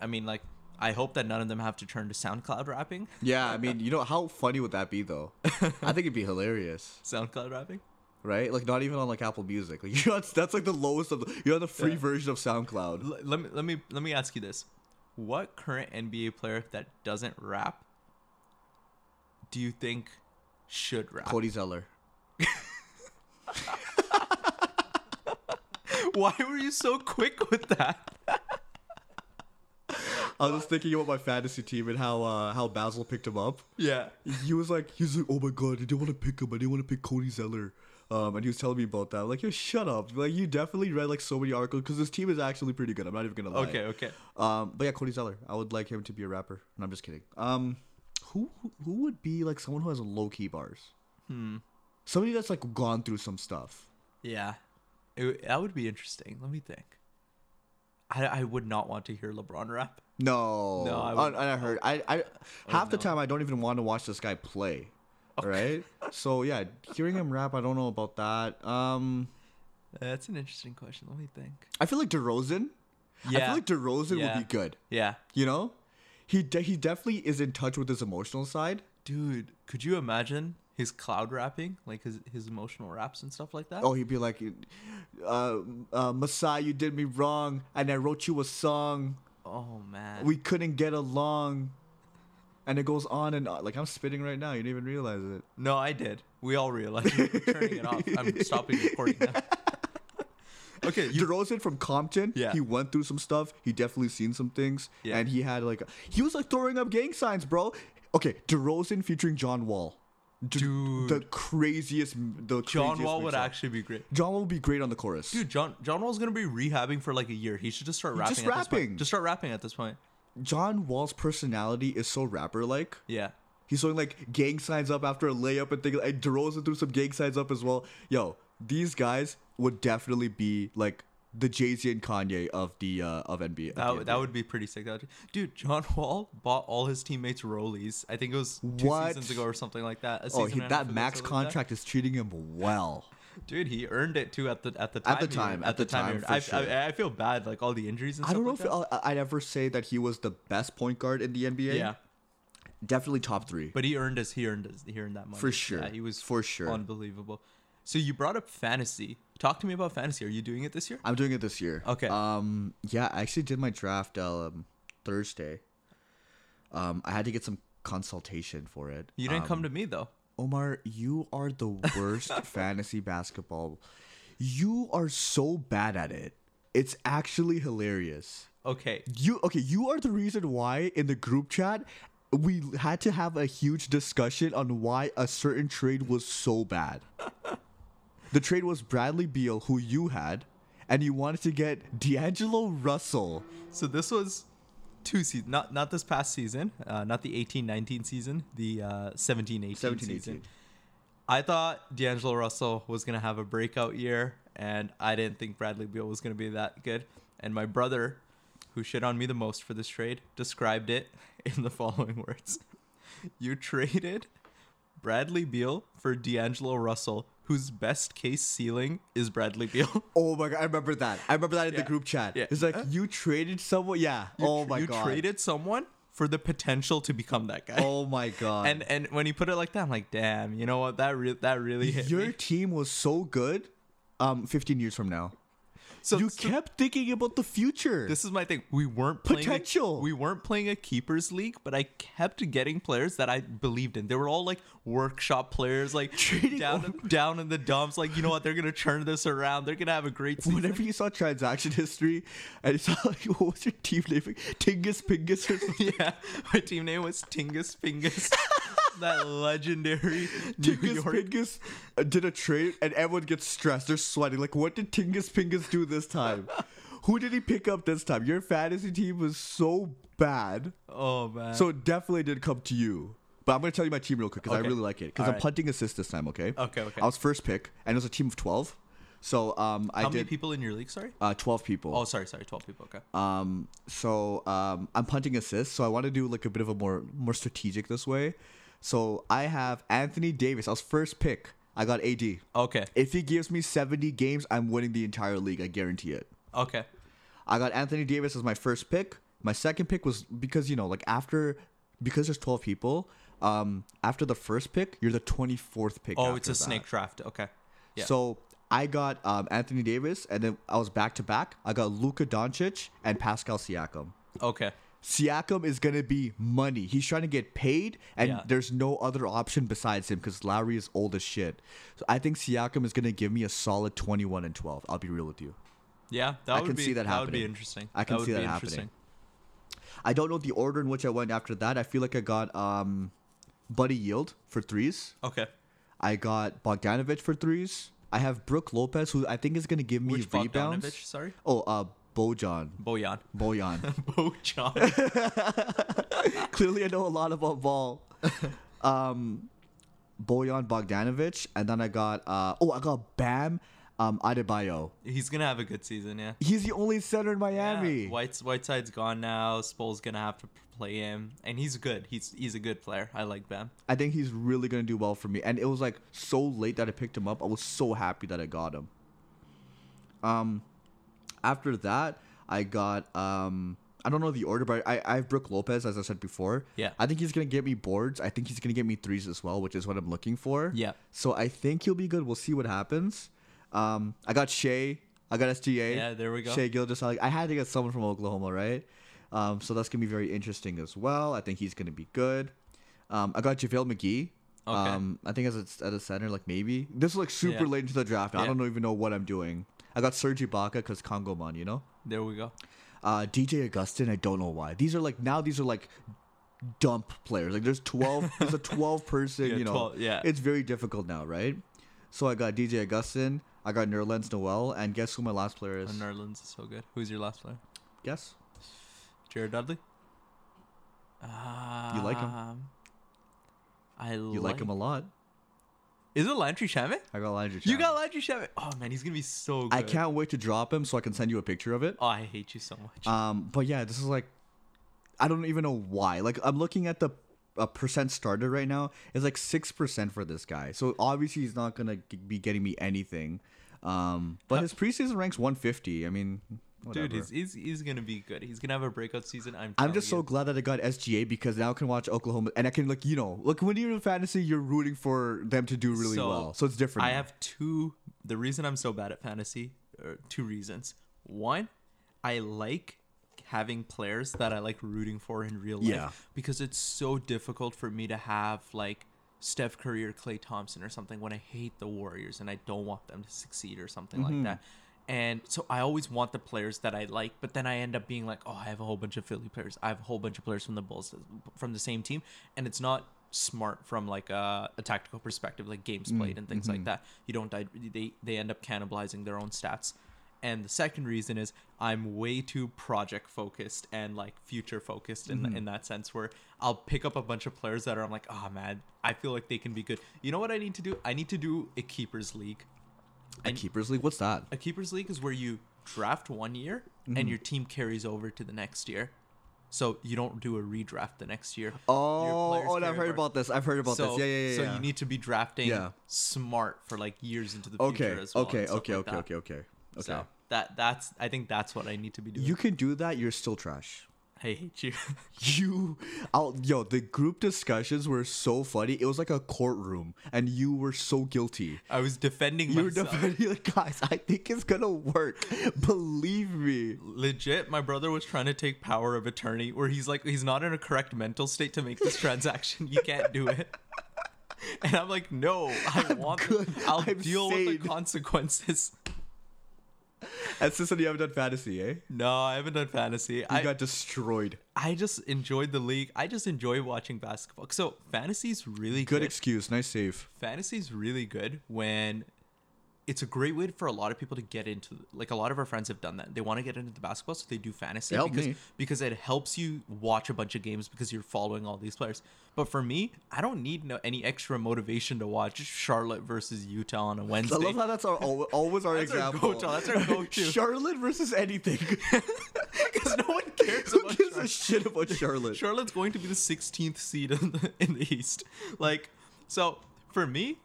S1: I mean, like I hope that none of them have to turn to SoundCloud rapping.
S2: Yeah, I mean, you know how funny would that be though? I think it'd be hilarious,
S1: SoundCloud rapping.
S2: right? Like not even on like Apple Music. Like you know, that's, that's like the lowest of the, you're on the free
S1: Yeah.
S2: version of SoundCloud.
S1: L- let me let me let me ask you this: What current NBA player that doesn't rap do you think should rap?
S2: Cody Zeller.
S1: Why were you so quick with that?
S2: I was just thinking about my fantasy team and how uh, how Basil picked him up.
S1: Yeah.
S2: He was like, he was like, oh my god, I didn't want to pick him. I didn't want to pick Cody Zeller. Um, and he was telling me about that. I'm like, yo, shut up. Like you definitely read like so many articles because this team is actually pretty good. I'm not even gonna lie.
S1: Okay. Okay.
S2: Um, but yeah, Cody Zeller. I would like him to be a rapper. No, I'm just kidding. Um, who who- who would be like someone who has low key bars? Hmm. Somebody that's like gone through some stuff.
S1: Yeah, it, w- that would be interesting. Let me think. I, I would not want to hear LeBron rap.
S2: No,
S1: No, I
S2: I,
S1: would-
S2: I, heard. I, I half the time I don't even want to watch this guy play. Right. so yeah, hearing him rap, I don't know about that. Um,
S1: Uh, That's an interesting question. Let me think.
S2: I feel like DeRozan. I
S1: Yeah.
S2: feel like DeRozan
S1: Yeah.
S2: would be good.
S1: Yeah,
S2: You know, he de- he definitely is in touch with his emotional side.
S1: dude, could you imagine his cloud rapping, like his his emotional raps and stuff like that?
S2: Oh, he'd be like, uh, uh, Masai, you did me wrong, and I wrote you a song.
S1: Oh, man.
S2: We couldn't get along. And it goes on and on. Like, I'm spitting right now. You didn't even realize it.
S1: no, I did. We all realized. it. turning it off. I'm stopping recording now. okay, you,
S2: DeRozan from Compton,
S1: Yeah.
S2: he went through some stuff. He definitely seen some things.
S1: Yeah.
S2: And he had, like, he was, like, throwing up gang signs, bro. Okay, DeRozan featuring John Wall. D-
S1: Dude.
S2: The craziest, the
S1: John
S2: craziest
S1: Wall would
S2: mix-up.
S1: actually be great.
S2: John Wall would be great on the chorus.
S1: Dude, John John Wall's gonna be rehabbing for like a year. He should just start rapping.
S2: Just
S1: at this point.
S2: rapping.
S1: Just start rapping at this point.
S2: John Wall's personality is so rapper like.
S1: Yeah.
S2: He's throwing like gang signs up after a layup and things. And DeRozan threw some gang signs up as well. Yo, these guys would definitely be like the Jay Z and Kanye of the uh, of NBA.
S1: That,
S2: of the
S1: would- that
S2: NBA.
S1: would be pretty sick. That would, dude, John Wall bought all his teammates rollies. I think it was two
S2: What?
S1: seasons ago or something like that. a
S2: Oh,
S1: season
S2: he,
S1: and a half
S2: that
S1: ago,
S2: max
S1: something like that.
S2: contract is treating him well.
S1: Dude, he earned it too at the at the time.
S2: At the
S1: he-
S2: time, at the time,
S1: he-
S2: for
S1: I,
S2: sure.
S1: I, I feel bad, like all the injuries. And
S2: I
S1: stuff
S2: don't know
S1: like
S2: if
S1: that.
S2: I'll, I'd ever say that he was the best point guard in the NBA.
S1: yeah,
S2: definitely top three.
S1: but he earned his he earned his he earned that money
S2: For
S1: Yeah,
S2: sure.
S1: he was
S2: For sure.
S1: unbelievable. So you brought up fantasy. Talk to me about fantasy. Are you doing it this year?
S2: I'm doing it this year.
S1: Okay.
S2: Um. Yeah, I actually did my draft um Thursday. Um, I had to get some consultation for it.
S1: You didn't come to me though.
S2: Omar, you are the worst fantasy basketball. You are so bad at it. It's actually hilarious.
S1: Okay,
S2: You okay? You are the reason why in the group chat we had to have a huge discussion on why a certain trade was so bad. the trade was Bradley Beal, who you had, and you wanted to get D'Angelo Russell.
S1: so this was two seasons, not not this past season, uh, not the 18-19 season, the uh, 17-18
S2: 17,
S1: season.
S2: 18.
S1: I thought D'Angelo Russell was gonna have a breakout year, and I didn't think Bradley Beal was gonna be that good. And my brother, who shit on me the most for this trade, described it in the following words: "You traded Bradley Beal for D'Angelo Russell, whose best case ceiling is Bradley Beal."
S2: Oh my god, I remember that. I remember that in
S1: Yeah.
S2: the group chat.
S1: Yeah.
S2: It's like you traded someone. Yeah.
S1: You
S2: oh
S1: tr-
S2: my
S1: you
S2: god.
S1: traded someone for the potential to become that guy.
S2: Oh my god.
S1: And and when you put it like that, I'm like, damn, you know what? That re- that really hit
S2: your
S1: me.
S2: team was so good. Um, 15 years from now,
S1: So,
S2: you
S1: so
S2: kept thinking about the future.
S1: this is my thing. We weren't playing a-
S2: Potential.
S1: we weren't playing a keepers league, but I kept getting players that I believed in. They were all like workshop players, like
S2: Trading
S1: down down in the dumps. Like you know what? They're gonna turn this around. They're gonna have a great season.
S2: Whenever you saw transaction history, and you saw like, what was your team name? Like, Tingus Pingus or something.
S1: Yeah, my team name was Tingus Pingus. that legendary New
S2: Tingus
S1: York
S2: Pingus uh, did a trade, and everyone gets stressed. They're sweating. Like, what did Tingus Pingus do this time? Who did he pick up this time? Your fantasy team was so bad,
S1: Oh man.
S2: so it definitely did come to you. But I'm gonna tell you my team real quick because
S1: Okay.
S2: I really like it. Because
S1: All
S2: I'm
S1: right.
S2: punting assist this time. Okay.
S1: Okay, okay.
S2: I was first pick, and it was a team of twelve. So um, I
S1: how many
S2: did
S1: people in your league? Sorry.
S2: uh, twelve people.
S1: Oh, sorry, sorry, twelve people. Okay.
S2: Um, so um, I'm punting assists, so I want to do like a bit of a more more strategic this way. So I have Anthony Davis. I was first pick. I got AD.
S1: Okay.
S2: If he gives me 70 games, I'm winning the entire league. I guarantee it.
S1: Okay.
S2: I got Anthony Davis as my first pick. My second pick was because you know, like after because there's 12 people. Um, after the first pick, you're the 24th pick.
S1: Oh, it's
S2: after
S1: a
S2: that.
S1: snake draft. Okay. Yeah.
S2: So I got um, Anthony Davis, and then I was back to back. I got Luka Doncic and Pascal Siakam.
S1: okay.
S2: Siakam is gonna be money. He's trying to get paid, and
S1: Yeah.
S2: there's no other option besides him because Lowry is old as shit. So I think Siakam is gonna give me a solid 21 and 12. I'll be real with you.
S1: Yeah, that
S2: I
S1: would
S2: can
S1: be,
S2: see that
S1: that would be
S2: happening.
S1: interesting.
S2: I can
S1: would
S2: see
S1: be
S2: that happening. I don't know the order in which I went after that. I feel like I got um, Buddy Yield for threes.
S1: Okay.
S2: I got Bogdanovich for threes. I have Brooke Lopez, who I think is gonna give me
S1: Which
S2: rebounds.
S1: Bogdanovich? Sorry,
S2: Oh, uh, Bojan.
S1: Bojan.
S2: Bojan.
S1: Bojan.
S2: Clearly, I know a lot about ball. um, Bojan Bogdanovic, and then I got uh, oh, I got Bam um, Adebayo.
S1: He's gonna have a good season. Yeah.
S2: He's the only center in Miami.
S1: Yeah. White's Whiteside's gone now. Spole's gonna have to play him, and he's good. He's he's a good player. I like Bam.
S2: I think he's really gonna do well for me. And it was like so late that I picked him up. I was so happy that I got him. Um, after that, I got um. I don't know the order, but I, I have Brooke Lopez, as I said before.
S1: Yeah.
S2: I think he's going to get me boards. I think he's going to get me threes as well, which is what I'm looking for.
S1: Yeah.
S2: So I think he'll be good. We'll see what happens. Um, I got Shea. I got SGA.
S1: Yeah, there we go.
S2: Shea Gildas. I had to get someone from Oklahoma, right? Um, so that's gonna be very interesting as well. I think he's gonna be good. Um, I got JaVale McGee.
S1: Okay.
S2: Um, I think as a, at a center, like maybe this is like super
S1: Yeah.
S2: late into the draft. I
S1: Yeah.
S2: don't even know what I'm doing. I got Serge Ibaka because Congo man, you know.
S1: There we go.
S2: Uh, DJ Augustin. I don't know why. These are like now. These are like dump players. Like there's twelve. there's a twelve person.
S1: Yeah,
S2: you know.
S1: 12 yeah.
S2: It's very difficult now, right? So I got DJ Augustin. I got Nerlens Noel, and guess who my last player is?
S1: Nerlens is so good. Who's your last player?
S2: guess.
S1: Jared Dudley. Um,
S2: like 'em?
S1: I
S2: You like him a lot.
S1: Is it Landry Shamet?
S2: I got Landry.
S1: You
S2: Shamet.
S1: got Landry Shamet. Oh man, he's gonna be so good.
S2: I can't wait to drop him so I can send you a picture of it.
S1: Oh, I hate you so much.
S2: Um, but yeah, this is like, I don't even know why. Like, I'm looking at the uh, percent starter right now. It's like six percent for this guy. So obviously he's not gonna g- be getting me anything. Um, but his preseason ranks 150. I mean, whatever.
S1: Dude, he's, Oh, he's he's gonna be good. He's gonna have a breakout season. I'm.
S2: I'm just so
S1: telling
S2: glad that I got SGA because now I can watch Oklahoma and I can like you know like when you're in fantasy you're rooting for them to do
S1: you.
S2: really well so it's different.
S1: I
S2: now.
S1: have two. The reason I'm so bad at fantasy are two reasons. One, I like having players that I like rooting for in real life
S2: Yeah.
S1: because it's so difficult for me to have like Steph Curry or Clay Thompson or something when I hate the Warriors and I don't want them to succeed or something like that. And so I always want the players that I like, but then I end up being like, oh, I have a whole bunch of Philly players. I have a whole bunch of players from the Bulls from the same team, and it's not smart from like a, a tactical perspective, like games played and things like that. You don't di- they they end up cannibalizing their own stats. And the second reason is I'm way too project focused and like future focused in,
S2: Mm-hmm.
S1: in that sense where I'll pick up a bunch of players that are I'm like, oh man, I feel like they can be good. You know what I need to do? I need to do a keepers league.
S2: a keepers league. What's that?
S1: A keepers league is where you draft one year
S2: Mm-hmm.
S1: and your team carries over to the next year. So you don't do a redraft the next year. Your
S2: Oh,
S1: players
S2: oh, and I've
S1: carry
S2: heard
S1: over.
S2: about this. I've heard about
S1: So,
S2: this. Yeah, yeah, yeah.
S1: so
S2: yeah.
S1: you need to be drafting
S2: Yeah.
S1: smart for like years into the
S2: okay,
S1: future as well.
S2: okay,
S1: and stuff
S2: okay,
S1: like
S2: okay,
S1: that.
S2: okay, okay, okay.
S1: So that that's I think that's what I need to be doing.
S2: You can do that. You're still trash.
S1: I hate you.
S2: You, I'll, yo, the group discussions were so funny. It was like a courtroom, and you were so guilty.
S1: I was defending
S2: You were
S1: myself.
S2: defending, like, guys. I think it's gonna work. Believe me.
S1: Legit, my brother was trying to take power of attorney where he's like he's not in a correct mental state to make this transaction. You can't do it. And I'm like, no, I want
S2: good.
S1: The, I'll
S2: I'm
S1: deal with
S2: sane."
S1: the consequences.
S2: And since then, you haven't done fantasy, eh? You
S1: No, I haven't done fantasy. I
S2: got destroyed.
S1: I just enjoyed the league. I just enjoy watching basketball. So fantasy's really
S2: Good
S1: good.
S2: excuse. Nice save.
S1: fantasy's really good when it's a great way for a lot of people to get into like a lot of our friends have done that they want to get into the basketball so they do fantasy
S2: Help
S1: because,
S2: me.
S1: because it helps you watch a bunch of games because you're following all these players but for me i don't need no, any extra motivation to watch charlotte versus utah on a
S2: I
S1: wednesday
S2: love how that's our al- always our
S1: That's our
S2: example.
S1: go-to, that's our go-to.
S2: Charlotte versus anything.
S1: because no one cares
S2: Who
S1: about
S2: gives
S1: charlotte.
S2: a shit about Charlotte?
S1: Charlotte's going to be the 16th seed in the, in the East. Like, so for me,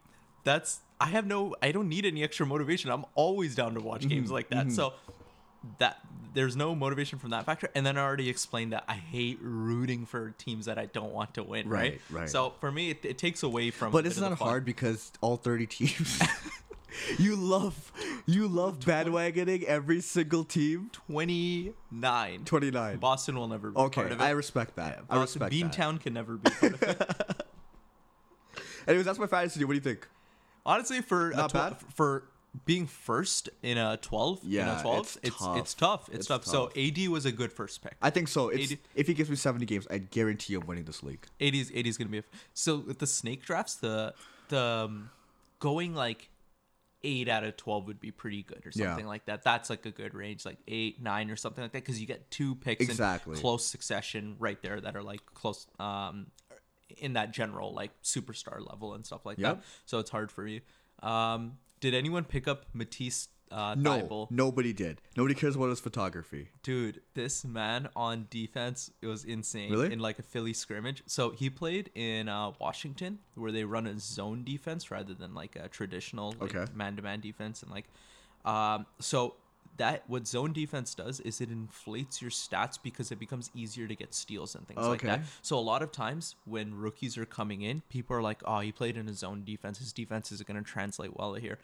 S1: that's I have no, I don't need any extra motivation. I'm always down to watch
S2: Mm-hmm.
S1: games like that. So that there's no motivation from that factor. And then I already explained that I hate rooting for teams that I don't want to win. Right.
S2: Right, right.
S1: So for me, it, it takes away from. a
S2: But
S1: bit
S2: it's
S1: of the
S2: not
S1: fun.
S2: hard because all 30 teams. you love you love bandwagoning every single team.
S1: 29.
S2: 29.
S1: Boston will never be
S2: Okay,
S1: part of it.
S2: I respect that. I
S1: Boston,
S2: respect that.
S1: Beantown can never be. Part of it.
S2: Anyways, that's my fantasy. What do you think?
S1: Honestly, for a
S2: Not
S1: tw-
S2: bad.
S1: f- for being first in a twelve, in
S2: Yeah,
S1: a twelve,
S2: it's
S1: it's it's
S2: tough.
S1: tough. It's tough.
S2: It's
S1: So AD was a good first pick.
S2: I think so. It's,
S1: Eighty-
S2: if he gives me 70 games, I guarantee I'm winning this league.
S1: AD is AD is gonna be. A, so with the snake drafts, the the um, going like eight out of twelve would be pretty good or
S2: Yeah.
S1: something like that. That's like a good range, like eight, nine, or something like that, because you get two picks
S2: Exactly.
S1: in close succession right there that are like close um in that general like superstar level and stuff like
S2: Yep.
S1: that. So it's hard for you. Um, did anyone pick up Matisse? Uh,
S2: No,
S1: Thybulle?
S2: nobody did. Nobody cares about his photography.
S1: Dude, this man on defense it was insane.
S2: Really?
S1: In like a Philly scrimmage. So he played in uh, Washington where they run a zone defense rather than like a traditional
S2: Okay.
S1: like, man-to-man defense and like um so that what zone defense does is it inflates your stats because it becomes easier to get steals and things like that.
S2: Okay.
S1: So a lot of times when rookies are coming in, people are like, "Oh, he played in a zone defense. His defense is going to translate well here."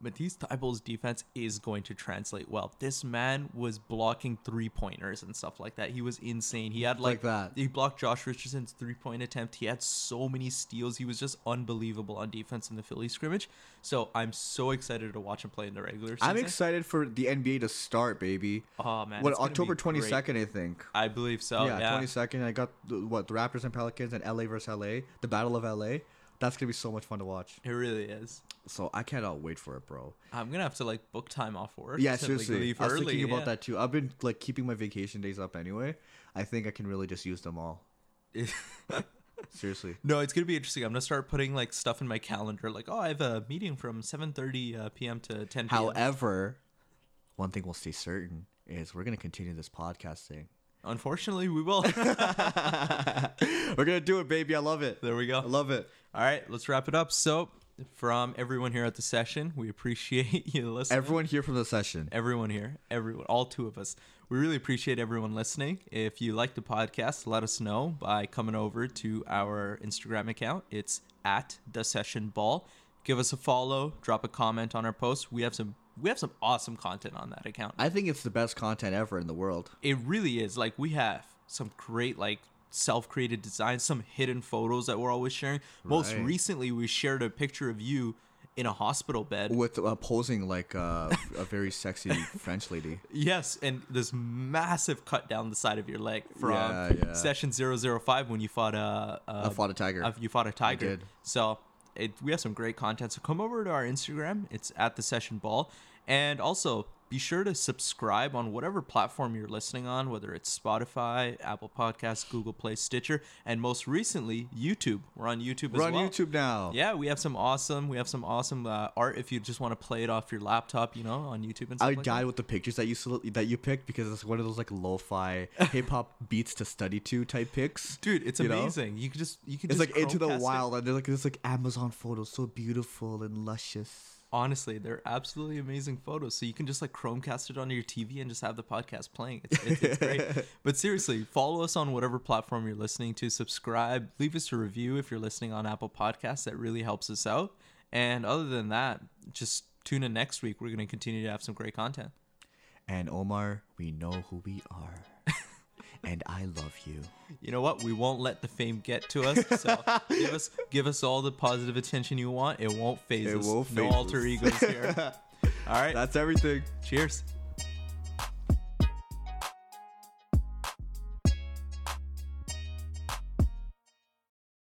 S1: Matisse Thybulle's defense is going to translate well. This man was blocking three pointers and stuff like that. He was insane. He had like,
S2: Like that.
S1: He blocked Josh Richardson's three point attempt. He had so many steals. He was just unbelievable on defense in the Philly scrimmage. So I'm so excited to watch him play in the regular season.
S2: I'm excited for the NBA to start, baby.
S1: Oh, man,
S2: What
S1: it's gonna be
S2: October
S1: great.
S2: 22nd, I think.
S1: I believe so.
S2: yeah,
S1: Yeah.
S2: twenty second. I got the, what the Raptors and Pelicans and LA versus LA, the Battle of LA. That's gonna be so much fun to watch.
S1: It really is.
S2: So I cannot wait for it, bro.
S1: I'm gonna have to like book time off work. to,
S2: Yeah,
S1: like,
S2: seriously. I was thinking about
S1: yeah.
S2: that too. I've been like keeping my vacation days up anyway. I think I can really just use them all. Seriously.
S1: No, it's gonna be interesting. I'm gonna start putting like stuff in my calendar, like oh, I have a meeting from 7:30 uh, p.m. to 10 p.m.
S2: e-, However, one thing we'll stay certain is we're gonna continue this podcast thing.
S1: Unfortunately, we will.
S2: We're gonna do it, baby. I love it.
S1: there we
S2: I
S1: go.
S2: love it.
S1: All right, let's wrap it up. So, from everyone here at the session, we appreciate you listening.
S2: Everyone here from the session.
S1: everyone here, everyone, all two of us. We really appreciate everyone listening. If you like the podcast, let us know by coming over to our Instagram account. It's at the session ball. Give us a follow, drop a comment on our post. We have some we have some awesome content on that account.
S2: I think it's the best content ever in the world.
S1: It really is. Like we have some great like self-created designs, some hidden photos that we're always sharing. Most
S2: Right.
S1: recently, we shared a picture of you in a hospital bed.
S2: With uh, posing like uh, a very sexy French lady.
S1: Yes, and this massive cut down the side of your leg from
S2: Yeah, yeah.
S1: session 005 when you fought a,
S2: I
S1: a,
S2: fought a tiger.
S1: a- you fought a tiger.
S2: did.
S1: So it, we have some great content. So come over to our Instagram. It's at the session ball, and also be sure to subscribe on whatever platform you're listening on, whether it's Spotify, Apple Podcasts, Google Play, Stitcher, and most recently YouTube. We're on YouTube.
S2: We're
S1: as
S2: on
S1: well.
S2: YouTube now.
S1: Yeah, we have some awesome, we have some awesome uh, art. If you just want to play it off your laptop, you know, on YouTube and stuff
S2: I
S1: like that.
S2: died with the pictures that you sol- that you picked because it's one of those like lo-fi hip hop beats to study to type pics.
S1: dude it's
S2: you know?
S1: amazing you can just you can
S2: It's
S1: just
S2: like into the
S1: Chromecast it.
S2: wild, and they're like this like Amazon photos, so beautiful and luscious.
S1: honestly they're absolutely amazing photos so you can just like chromecast it onto your tv and just have the podcast playing it's, it's, it's great but seriously follow us on whatever platform you're listening to subscribe leave us a review if you're listening on apple podcasts that really helps us out and other than that just tune in next week we're going to continue to have some great content
S2: And Omar, we know who we are, and I love you.
S1: you know what we won't let the fame get to us so give us give us all the positive attention you want it won't phase
S2: It
S1: us
S2: won't
S1: no
S2: phase
S1: alter
S2: us.
S1: egos here all right
S2: That's everything.
S1: cheers